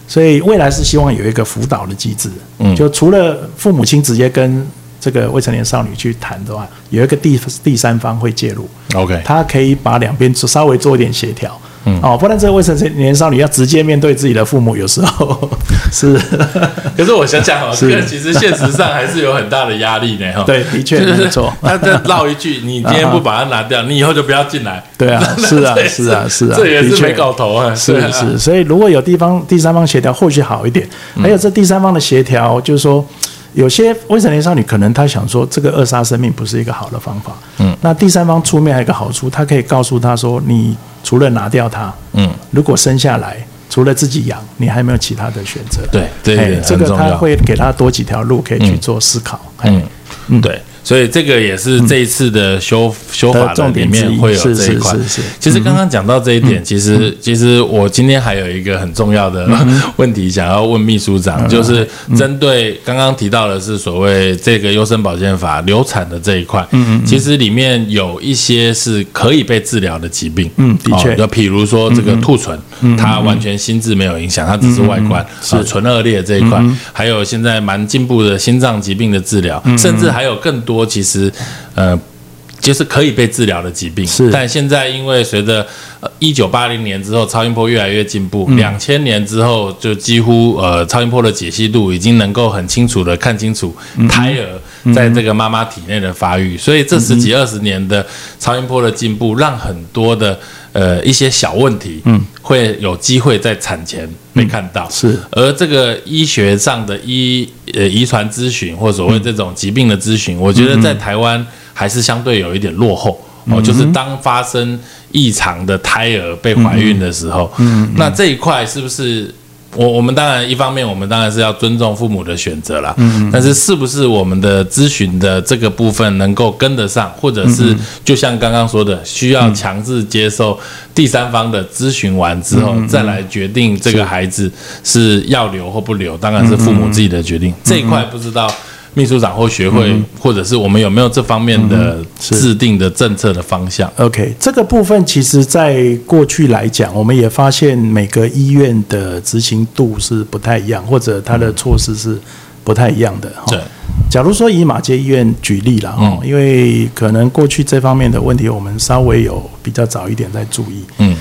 B: 所以未来是希望有一个辅导的机制，嗯，就除了父母亲直接跟这个未成年少女去谈的话，有一个第第三方会介入，
A: OK，
B: 他可以把两边做稍微做一点协调。嗯，哦，不然这个未成年少女要直接面对自己的父母，有时候 是
A: 可是我想想哦，这个其实现实上还是有很大的压力 呢，哈。
B: 对的确
A: 就是
B: 没错
A: 他再绕一句， 你今天不把它拿掉，你以后就不要进来。
B: 对啊
A: 那
B: 是 啊
A: 这也
B: 是啊是啊
A: 这也
B: 的
A: 是
B: 确
A: 没搞头啊。对
B: 是
A: 啊，
B: 是，所以如果有地方第三方协调，或许好一点。
A: 嗯
B: 还有这第三方的协调，就是说，有些未成年少女可能她想说，这个扼杀生命不是一个好的方法。嗯，那第三方出面还有一个好处，他可以告诉她说，你除了拿掉它，嗯，如果生下来，除了自己养，你还没有其他的选择。
A: 对这一
B: 哎
A: 点
B: 这
A: 很
B: 个
A: 重
B: 他
A: 要
B: 会给她多几条路可以去做思考。嗯，嗯
A: 嗯，对。所以这个也是这一次的修修法的里面会有这一块
B: 是嗯是是。
A: 其实刚刚讲到这一点，其实其实我今天还有一个很重要的
B: 嗯
A: 问题想要问秘书长，就是针对刚刚提到的是所谓这个优生保健法流产的这一块，嗯嗯，其实里面有一些是可以被治疗的疾病，
B: 嗯的
A: 哦
B: 确
A: 就比如说这个兔唇，它完全心智没有影响，它只是外观，呃，唇腭裂这一块，还有现在蛮进步的心脏疾病的治疗，甚至还有更多其实，呃。就是可以被治疗的疾病，
B: 是
A: 但现在因为随着呃一九八零年之后超音波越来越进步，两千、年之后就几乎呃超音波的解析度已经能够很清楚的看清楚胎儿在这个妈妈体内的发育，所以这十几二十年的超音波的进步，让很多的呃一些小问题，嗯，会有机会在产前被看到，
B: 是
A: 而这个医学上的医呃遗传咨询或所谓这种疾病的咨询，我觉得在台湾还是相对有一点落后。哦，就是当发生异常的胎儿被怀孕的时候，那这一块是不是我我们当然一方面我们当然是要尊重父母的选择啦，但是是不是我们的咨询的这个部分能够跟得上，或者
B: 嗯
A: 是就像刚刚说的，需要强制接受第三方的咨询完之
B: 嗯
A: 后，再来决定这个孩子是要留或不留，当然是父母自己的决定。
B: 嗯
A: 这一块不知道。秘书长或学会，或者是我们有没有这方面的制定的政策的方向？
B: OK，这个部分其实在过去来讲，我们也发现每个医院的执行度是不太一样，或者它的措施是不太一样的。哈
A: 对，嗯
B: 假如说以马街医院举例了哈，因为可能过去这方面的问题，我们稍微有比较早一点在注意。
A: 嗯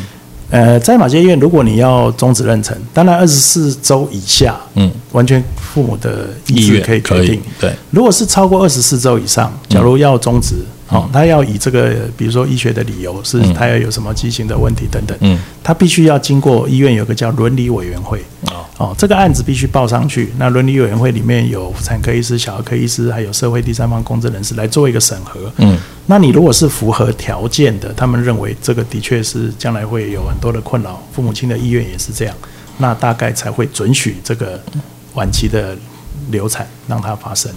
B: 呃，在马街医院，如果你要终止妊娠，当然二十四周以下，
A: 嗯，
B: 完全父母的意
A: 意
B: 志
A: 愿
B: 可以
A: 可
B: 决
A: 以
B: 定。，
A: 对，
B: 如果是超过二十四周以
A: 嗯
B: 上，假如要终止，哦，他要以这个，比如说医学的理由，是胎儿有什么畸形的问题等等，
A: 嗯，
B: 他必须要经过医院有个叫伦理委员会，
A: 哦，
B: 哦，这个案子必须报上去。那伦理委员会里面有妇产科医师、小儿科医师，还有社会第三方公证人士来做一个审核。
A: 嗯，
B: 那你如果是符合条件的，他们认为这个的确是将来会有很多的困扰，父母亲的意愿也是这样，那大概才会准许这个晚期的流产让它发生。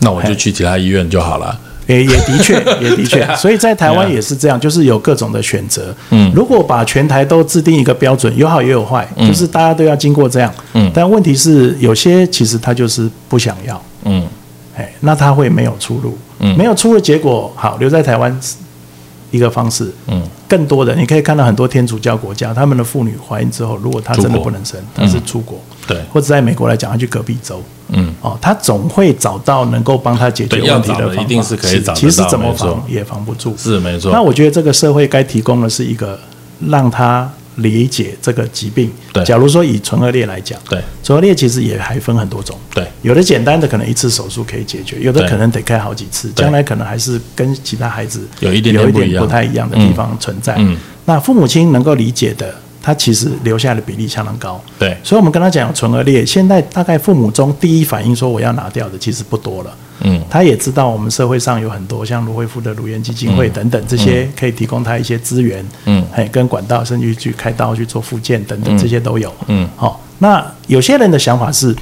A: 那我就去其他医院就好了。
B: 也也 的确，也的确
A: 对啊，
B: 所以在台湾也是这样，就是有各种的选择。嗯，如果把全台都制定一个标准，有好也有坏，
A: 嗯
B: 就是大家都要经过这样。嗯，但问题是有些其实他就是不想要，
A: 嗯
B: 哎，那他会没有出路。嗯，没有出路，结果好留在台湾是一个方式。
A: 嗯，
B: 更多的你可以看到很多天主教国家，他们的妇女怀孕之后，如果她真
A: 出
B: 的
A: 国嗯
B: 不能生，她是出国，
A: 对
B: 或者在美国来讲，她去隔壁州。
A: 嗯，
B: 哦，他总会找到能够帮他解
A: 对
B: 决
A: 要
B: 问题
A: 找的
B: 方法，
A: 一定是可以找得
B: 其实
A: 到
B: 怎么
A: 没错
B: 防也防不住。
A: 是没错。
B: 那我觉得这个社会该提供的是一个让他理解这个疾病。
A: 对
B: 假如说以唇腭裂来讲，
A: 对
B: 唇腭裂其实也还分很多种。
A: 对
B: 有的简单的可能一次手术可以解决，有的
A: 对
B: 可能得开好几次，
A: 对
B: 将来可能还是跟其他孩子
A: 有一点点
B: 有一
A: 不一
B: 点
A: 样
B: 不太一样的地方存在。
A: 嗯嗯
B: 那父母亲能够理解的，他其实留下的比例相当高。
A: 对
B: 所以我们跟他讲有唇腭裂，现在大概父母中第一反应说我要拿掉的其实不多了。
A: 嗯
B: 他也知道我们社会上有很多像卢慧夫的卢源基金会等等这些可以提供他一些资源，
A: 嗯
B: 哎，跟管道，甚至去开刀去做复健等等，这些都有，
A: 嗯
B: 好、那有些人的想法是，嘖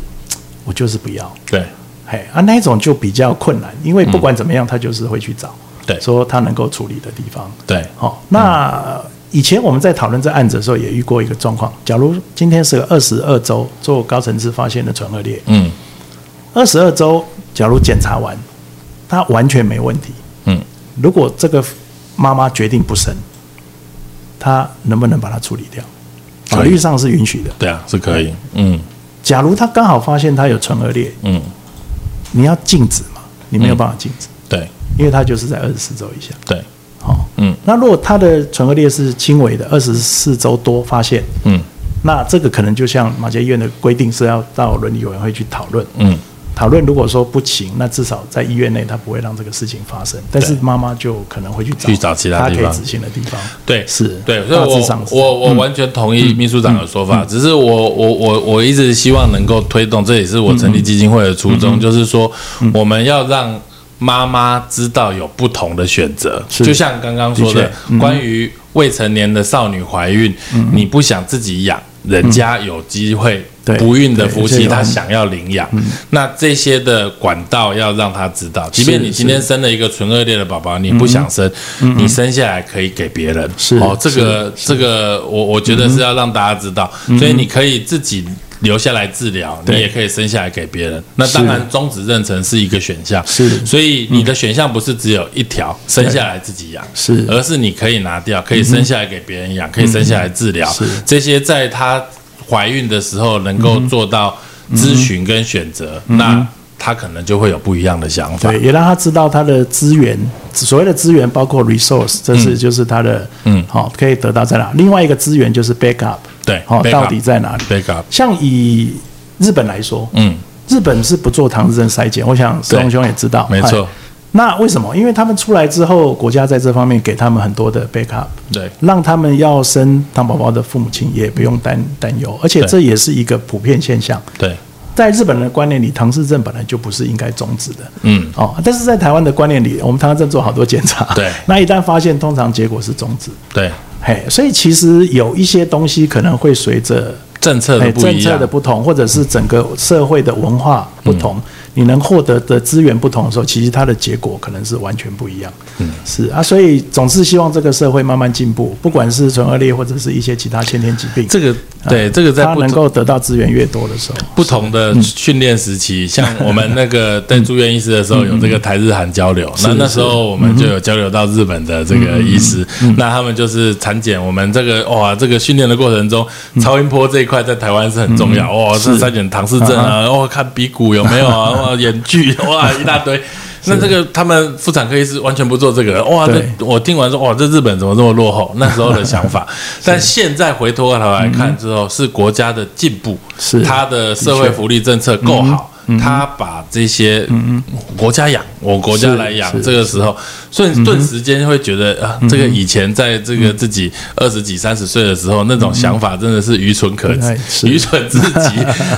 B: 我就是不要，
A: 对
B: 哎啊，那一种就比较困难，因为不管怎么样，他就是会去找，
A: 嗯对
B: 说他能够处理的地方，
A: 对
B: 好、那以前我们在讨论这案子的时候，也遇过一个状况，假如今天是个二十二周做高层次发现的唇腭裂，
A: 嗯
B: 二十二周，假如检查完，他完全没问题。
A: 嗯
B: 如果这个妈妈决定不生，她能不能把它处理掉？法律上是允许的。
A: 对啊是可以嗯
B: 假如她刚好发现她有唇腭裂，
A: 嗯
B: 你要禁止嘛？你没有办法禁止，
A: 对
B: 因为她就是在二十四周以下。
A: 对
B: 好、
A: 嗯
B: 那如果她的唇腭裂是轻微的，二十四周多发现，
A: 嗯
B: 那这个可能就像马偕医院的规定是要到伦理委员会去讨论。
A: 嗯
B: 讨论如果说不行，那至少在医院内他不会让这个事情发生，但是妈妈就可能会去找
A: 去找其他地方
B: 她可以执行的地方。
A: 对
B: 是
A: 对，所
B: 大致
A: 以
B: 上是嗯
A: 我我我完全同意秘书长的说法，只是我我我我一直希望能够推动，这也是我成立基金会的初
B: 嗯
A: 衷，就是说我们要让。妈妈知道有不同的选择，
B: 是
A: 就像刚刚说
B: 的
A: 的
B: 确，嗯嗯
A: 关于未成年的少女怀孕，你不想自己养，人家有机会
B: 对
A: 不孕的夫
B: 对
A: 妻
B: 这个
A: 他想要领养，
B: 嗯
A: 那这些的管道要让他知道，即便你今天生了一个纯恶劣的宝宝，你不想生，你生下来可以给别人。
B: 嗯是嗯
A: 哦，这个这个我我觉得是要让大家知道，所以你可以自己。留下来治疗，你
B: 对
A: 也可以生下来给别人。那当然，终止妊娠是一个选项。
B: 是嗯
A: 所以你的选项不是只有一条，生下来自己养，
B: 是嗯
A: 而是你可以拿掉，可以生下来给别人养，可以生下来治疗
B: 是，
A: 这些在她怀孕的时候能够做到咨询跟选择，那她可能就会有不一样的想法
B: 嗯对，。也让他知道他的资源，所谓的资源包括
A: 嗯
B: resource，这是就是他的，嗯，好、可以得到在哪。另外一个资源就是 backup，
A: 对
B: 好、
A: backup
B: 到底在哪里
A: backup
B: 像以日本来说，
A: 嗯，
B: 日本是不做唐氏症筛检，我想石龙兄也知道，
A: 没错
B: 哎。那为什么？因为他们出来之后，国家在这方面给他们很多的 backup，
A: 对
B: 让他们要生唐宝宝的父母亲也不用担担忧，而且
A: 对
B: 这也是一个普遍现象。
A: 对，
B: 在日本人的观念里，唐氏症本来就不是应该终止的，
A: 嗯，
B: 哦，但是在台湾的观念里，我们唐氏症做好多检查，
A: 对
B: 那一旦发现，通常结果是终止，
A: 对，
B: 嘿，所以其实有一些东西可能会随着
A: 政策的
B: 哎
A: 不
B: 政
A: 一
B: 策
A: 样嗯
B: 的，不同，或者是整个社会的文化不同，你能获得的资源不同的时候，其实它的结果可能是完全不一样，嗯，是啊，所以总是希望这个社会慢慢进步，不管是唇腭裂或者是一些其他先天疾病，啊
A: 这个对这个在
B: 它
A: 不
B: 能
A: 同
B: 够得到资源越多的时候，
A: 不同
B: 嗯
A: 的训练时 期，像我们那个在住院医师的
B: 嗯
A: 时候，有这个台日韩交流。那那时候我们就有交流到日本的这个医师，
B: 嗯
A: 那他们就是产检。我们这个哇，这个训练的过程中，
B: 嗯
A: 超音波这一块在台湾是很重要。哇，是筛检唐氏症
B: 嗯
A: 啊，哇，看鼻骨有没有 啊，哇，眼距哇，一大堆。那这个他们妇产科医师完全不做这个，哇！这
B: 对
A: 我听完说，哇，这日本怎么这么落 后？那时候的想法，但现在回头过头来看之后，是国家的进步，
B: 嗯是
A: 它的社会福利政策够好，
B: 嗯
A: 他把这些国家养，我国家来养
B: 是，是嗯
A: 这个时候瞬顿时间会觉得啊，这个以前在这个自
B: 嗯
A: 己二十几、三十岁的时候那种想法真的是愚蠢可
B: 哎
A: 及，
B: 是
A: 愚蠢至 极。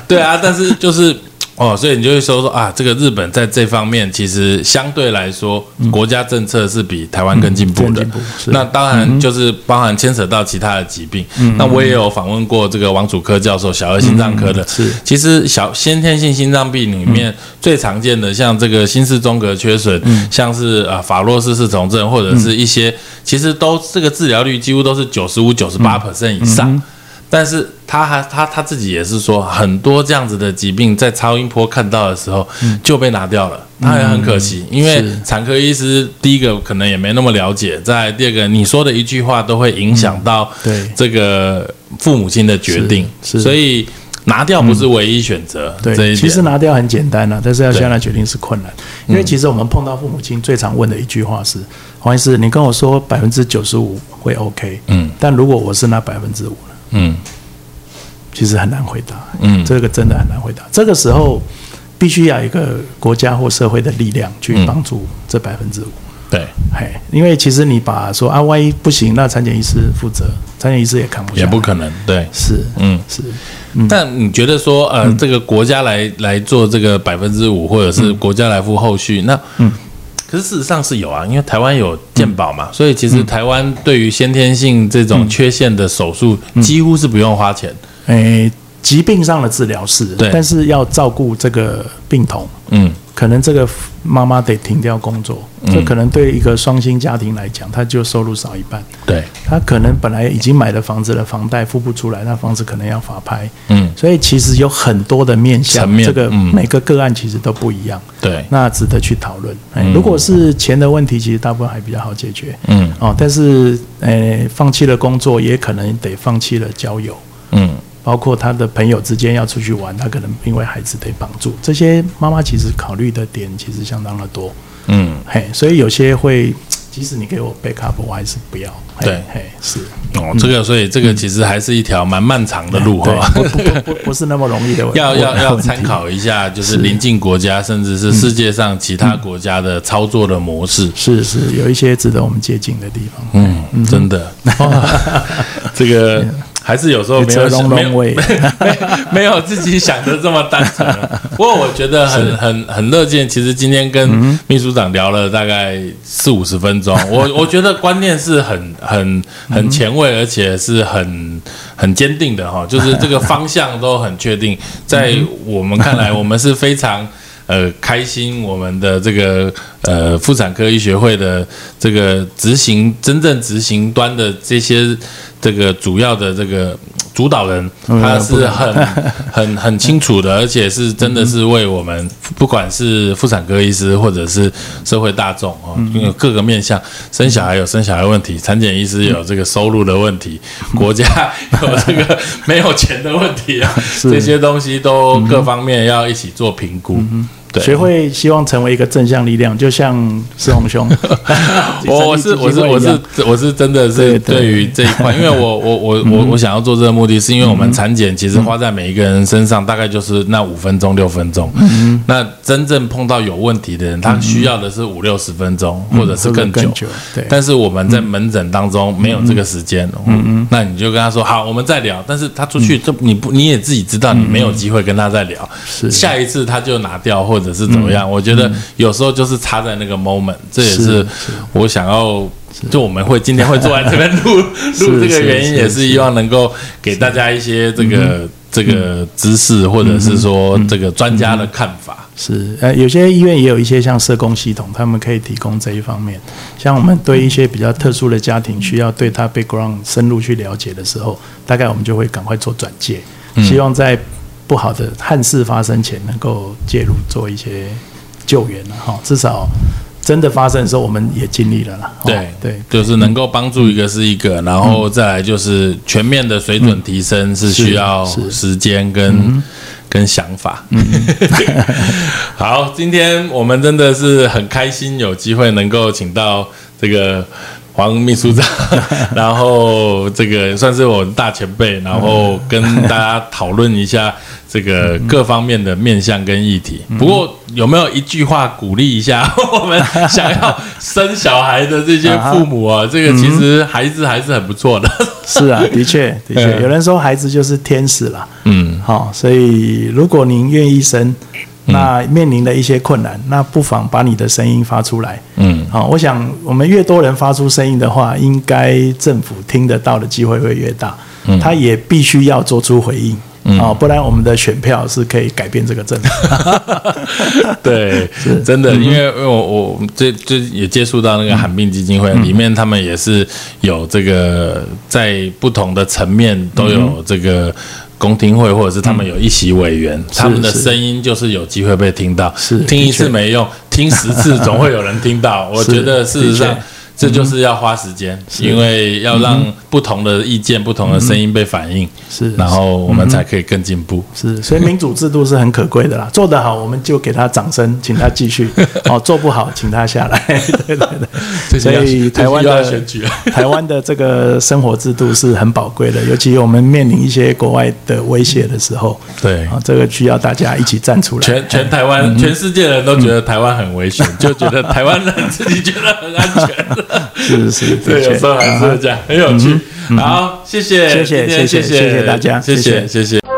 A: 对啊，但是就是。哦，所以你就会说说啊，这个日本在这方面其实相对来说，
B: 嗯
A: 国家政策是比台湾更进步的。
B: 更进步是
A: 那当然就是包含牵扯到其他的疾病。
B: 嗯
A: 那我也有访问过这个王祖科教授，小儿心脏科的。
B: 是
A: 其实小先天性心脏病里面最常见的，像这个心室中隔缺损，
B: 嗯
A: 像是啊法洛氏氏虫症，或者是一些，其实都这个治疗率几乎都是九十五、九十八
B: 嗯
A: percent 以上。但是他还他他自己也是说，很多这样子的疾病在超音波看到的时候
B: 嗯
A: 就被拿掉了，他也很可惜，因为产科医师第一个可能也没那么了解，再来第二个你说的一句话都会影响到
B: 嗯对
A: 这个父母亲的决定，
B: 是是
A: 所以拿掉不是唯一选择，这一
B: 对，
A: 点
B: 其实拿掉很简单了、但是要下来决定是困难，
A: 嗯
B: 因为其实我们碰到父母亲最常问的一句话是：黄医师，你跟我说百分之九十五会 OK，
A: 嗯，
B: 但如果我是那百分之五呢？
A: 嗯
B: 其实很难回答，
A: 嗯
B: 这个真的很难回答。这个时候必须要有一个国家或社会的力量
A: 嗯
B: 去帮助这百分之五。
A: 对
B: 嘿，因为其实你把说啊，万一不行，那产检医师负责，产检医师也扛不下
A: 也
B: 来，
A: 不可能对，
B: 是，
A: 嗯。
B: 是，
A: 但你觉得说，呃，这个国家来来做这个百分之五，或者是国家来付后续，那，可是事实上是有啊，因为台湾有健保嘛，所以其实台湾对于先天性这种缺陷的手术，几乎是不用花钱。
B: 诶、疾病上的治疗是，
A: 对
B: 但是要照顾这个病童，
A: 嗯，
B: 可能这个妈妈得停掉工作，这可能对一个双薪家庭来讲，他就收入少一半。
A: 对，
B: 他可能本来已经买了房子的房贷付不出来，那房子可能要法拍。
A: 嗯
B: 所以其实有很多的面向，
A: 层面
B: 这个
A: 嗯
B: 每个个案其实都不一样，
A: 对，
B: 那值得去讨论。哎，如果是钱的问题，其实大部分还比较好解决。
A: 嗯
B: 哦，但是呃，放弃了工作，也可能得放弃了交友。
A: 嗯，
B: 包括他的朋友之间要出去玩，他可能因为孩子得帮助，这些妈妈其实考虑的点其实相当的多，
A: 嗯，
B: 嘿，所以有些会，即使你给我 backup，我还是不要，嘿
A: 对
B: 嘿，是，
A: 哦，这个，所以这个其实还是一条蛮漫长的路哈、
B: 对，不不不不不是那么容易的问，
A: 要要
B: 问
A: 要
B: 问题
A: 参考一下，就是嗯邻近国家甚至是世界上其他国家的操作的模式。
B: 是是
A: 嗯
B: 有一些值得我们借鉴的地方，
A: 嗯，真的，哇 这个。还是有时候没
B: It's
A: 有
B: a long,
A: 没
B: long
A: 有
B: way
A: 没没有自己想的这么单纯啊、不过我觉得很很很乐见，其实今天跟秘书长聊了大概四五十分钟，我我觉得观念是很很很前卫，而且是很很坚定的哈、就是这个方向都很确定。在我们看来，我们是非常。呃，开心我们的这个呃妇产科医学会的这个执行真正执行端的这些这个主要的这个主导人，他是很很很清楚的，而且是真的是为我们不管是妇产科医师或者是社会大众哦，因为各个面向，生小孩有生小孩问题，产检医师有这个收入的问题，国家有这个 没有钱的问题啊，这些东西都各方面要一起做评估。对，，
B: 学会希望成为一个正向力量，就像石红兄
A: 我我是我是我是我是真的是
B: 对对嗯
A: 对于这一块，因为我我我我我想要做这个目的，是因为我们产检其实花在每一个人身上大概就是那五分钟六分钟，
B: 嗯
A: 那真正碰到有问题的人，他需要的是五六十分钟或者是更
B: 嗯或
A: 久
B: 者更久对，嗯
A: 但是我们在门诊当中没有这个时间，嗯，那你就跟他说好，我们再聊，但是他出
B: 嗯
A: 去这你不你也自己知道你没有机会跟他再聊，下一次他就拿掉或者是怎么样，
B: 嗯
A: 我觉得有时候就是差在那个 moment，这也是我想要。就我们会今天会坐在这边 录录这个
B: 是
A: 原因，
B: 是嗯
A: 也是希望能够给大家一些这个这个知识，或者是说这个专家的看法。
B: 是，呃，有些医院也有一些像社工系统，他们可以提供这一方面。像我们对一些比较特殊的家庭，需要对他 background 深入去了解的时候，大概我们就会赶快做转介，希望在不好的憾事发生前，能够介入做一些救援了哈。至少真的发生的时候，我们也尽力了啦。哦
A: 对
B: 对，嗯
A: 就是能够帮助一个是一个，然后再来就是全面的水准提升是嗯需要
B: 是
A: 时间跟跟想法。 好，今天我们真的是很开心，有机会能够请到这个黄秘书 长，然后这个算是我的大前辈，然后跟大家讨论一下这个各方面的面向跟议题。不过有没有一句话鼓励一下 我们想要生小孩的这些父母 啊？这个其实孩子还是很不错的。
B: 是 啊，的确，的确，
A: 嗯
B: 有人说孩子就是天使啦。
A: 嗯，
B: 好、所以如果您愿意生，那面临的一些困难，那不妨把你的声音发出来。
A: 嗯，
B: 好、我想我们越多人发出声音的话，应该政府听得到的机会会越大。嗯，他也必须要做出回应。
A: 嗯
B: 哦，不然我们的选票是可以改变这个政府。
A: 对，真
B: 嗯
A: 的，因为因为我我这这也接触到那个罕病基金
B: 嗯
A: 会、里面，他们也是有这个在不同的层面都
B: 嗯
A: 有这个。公听会，或者是他们有一席委员，他们的
B: 是
A: 声音就是有机会被听到。
B: 是
A: 听一
B: 的
A: 次
B: 确
A: 没用，听十次总会有人听到。我
B: 是
A: 觉得事实上
B: 的确，嗯
A: 这就是要花时间，因为要让不同的意见、不同的声音被反映，
B: 嗯是嗯
A: 然后我们才可以更进步。
B: 是，所以民主制度是很可贵的啦。做得好，我们就给他掌声，请他继续；哦，做不好，请他下来。 对对对，所
A: 最近
B: 以
A: 要
B: 台湾
A: 最近又要
B: 的
A: 选举了
B: 台湾的这个生活制度是很宝贵的，尤其我们面临一些国外的威胁的时候，
A: 对
B: 啊、这个需要大家一起站出来。
A: 全全台湾、全世界人都觉得台湾很危 险，就觉得台湾人自己觉得很安全。
B: 是是，
A: 对，嗯
B: 的确
A: 有时候还是会这样，很有趣。好，谢谢，
B: 谢谢
A: 今天
B: 谢谢
A: 谢
B: 谢谢大家
A: 谢
B: 谢
A: 谢
B: 谢
A: 谢谢。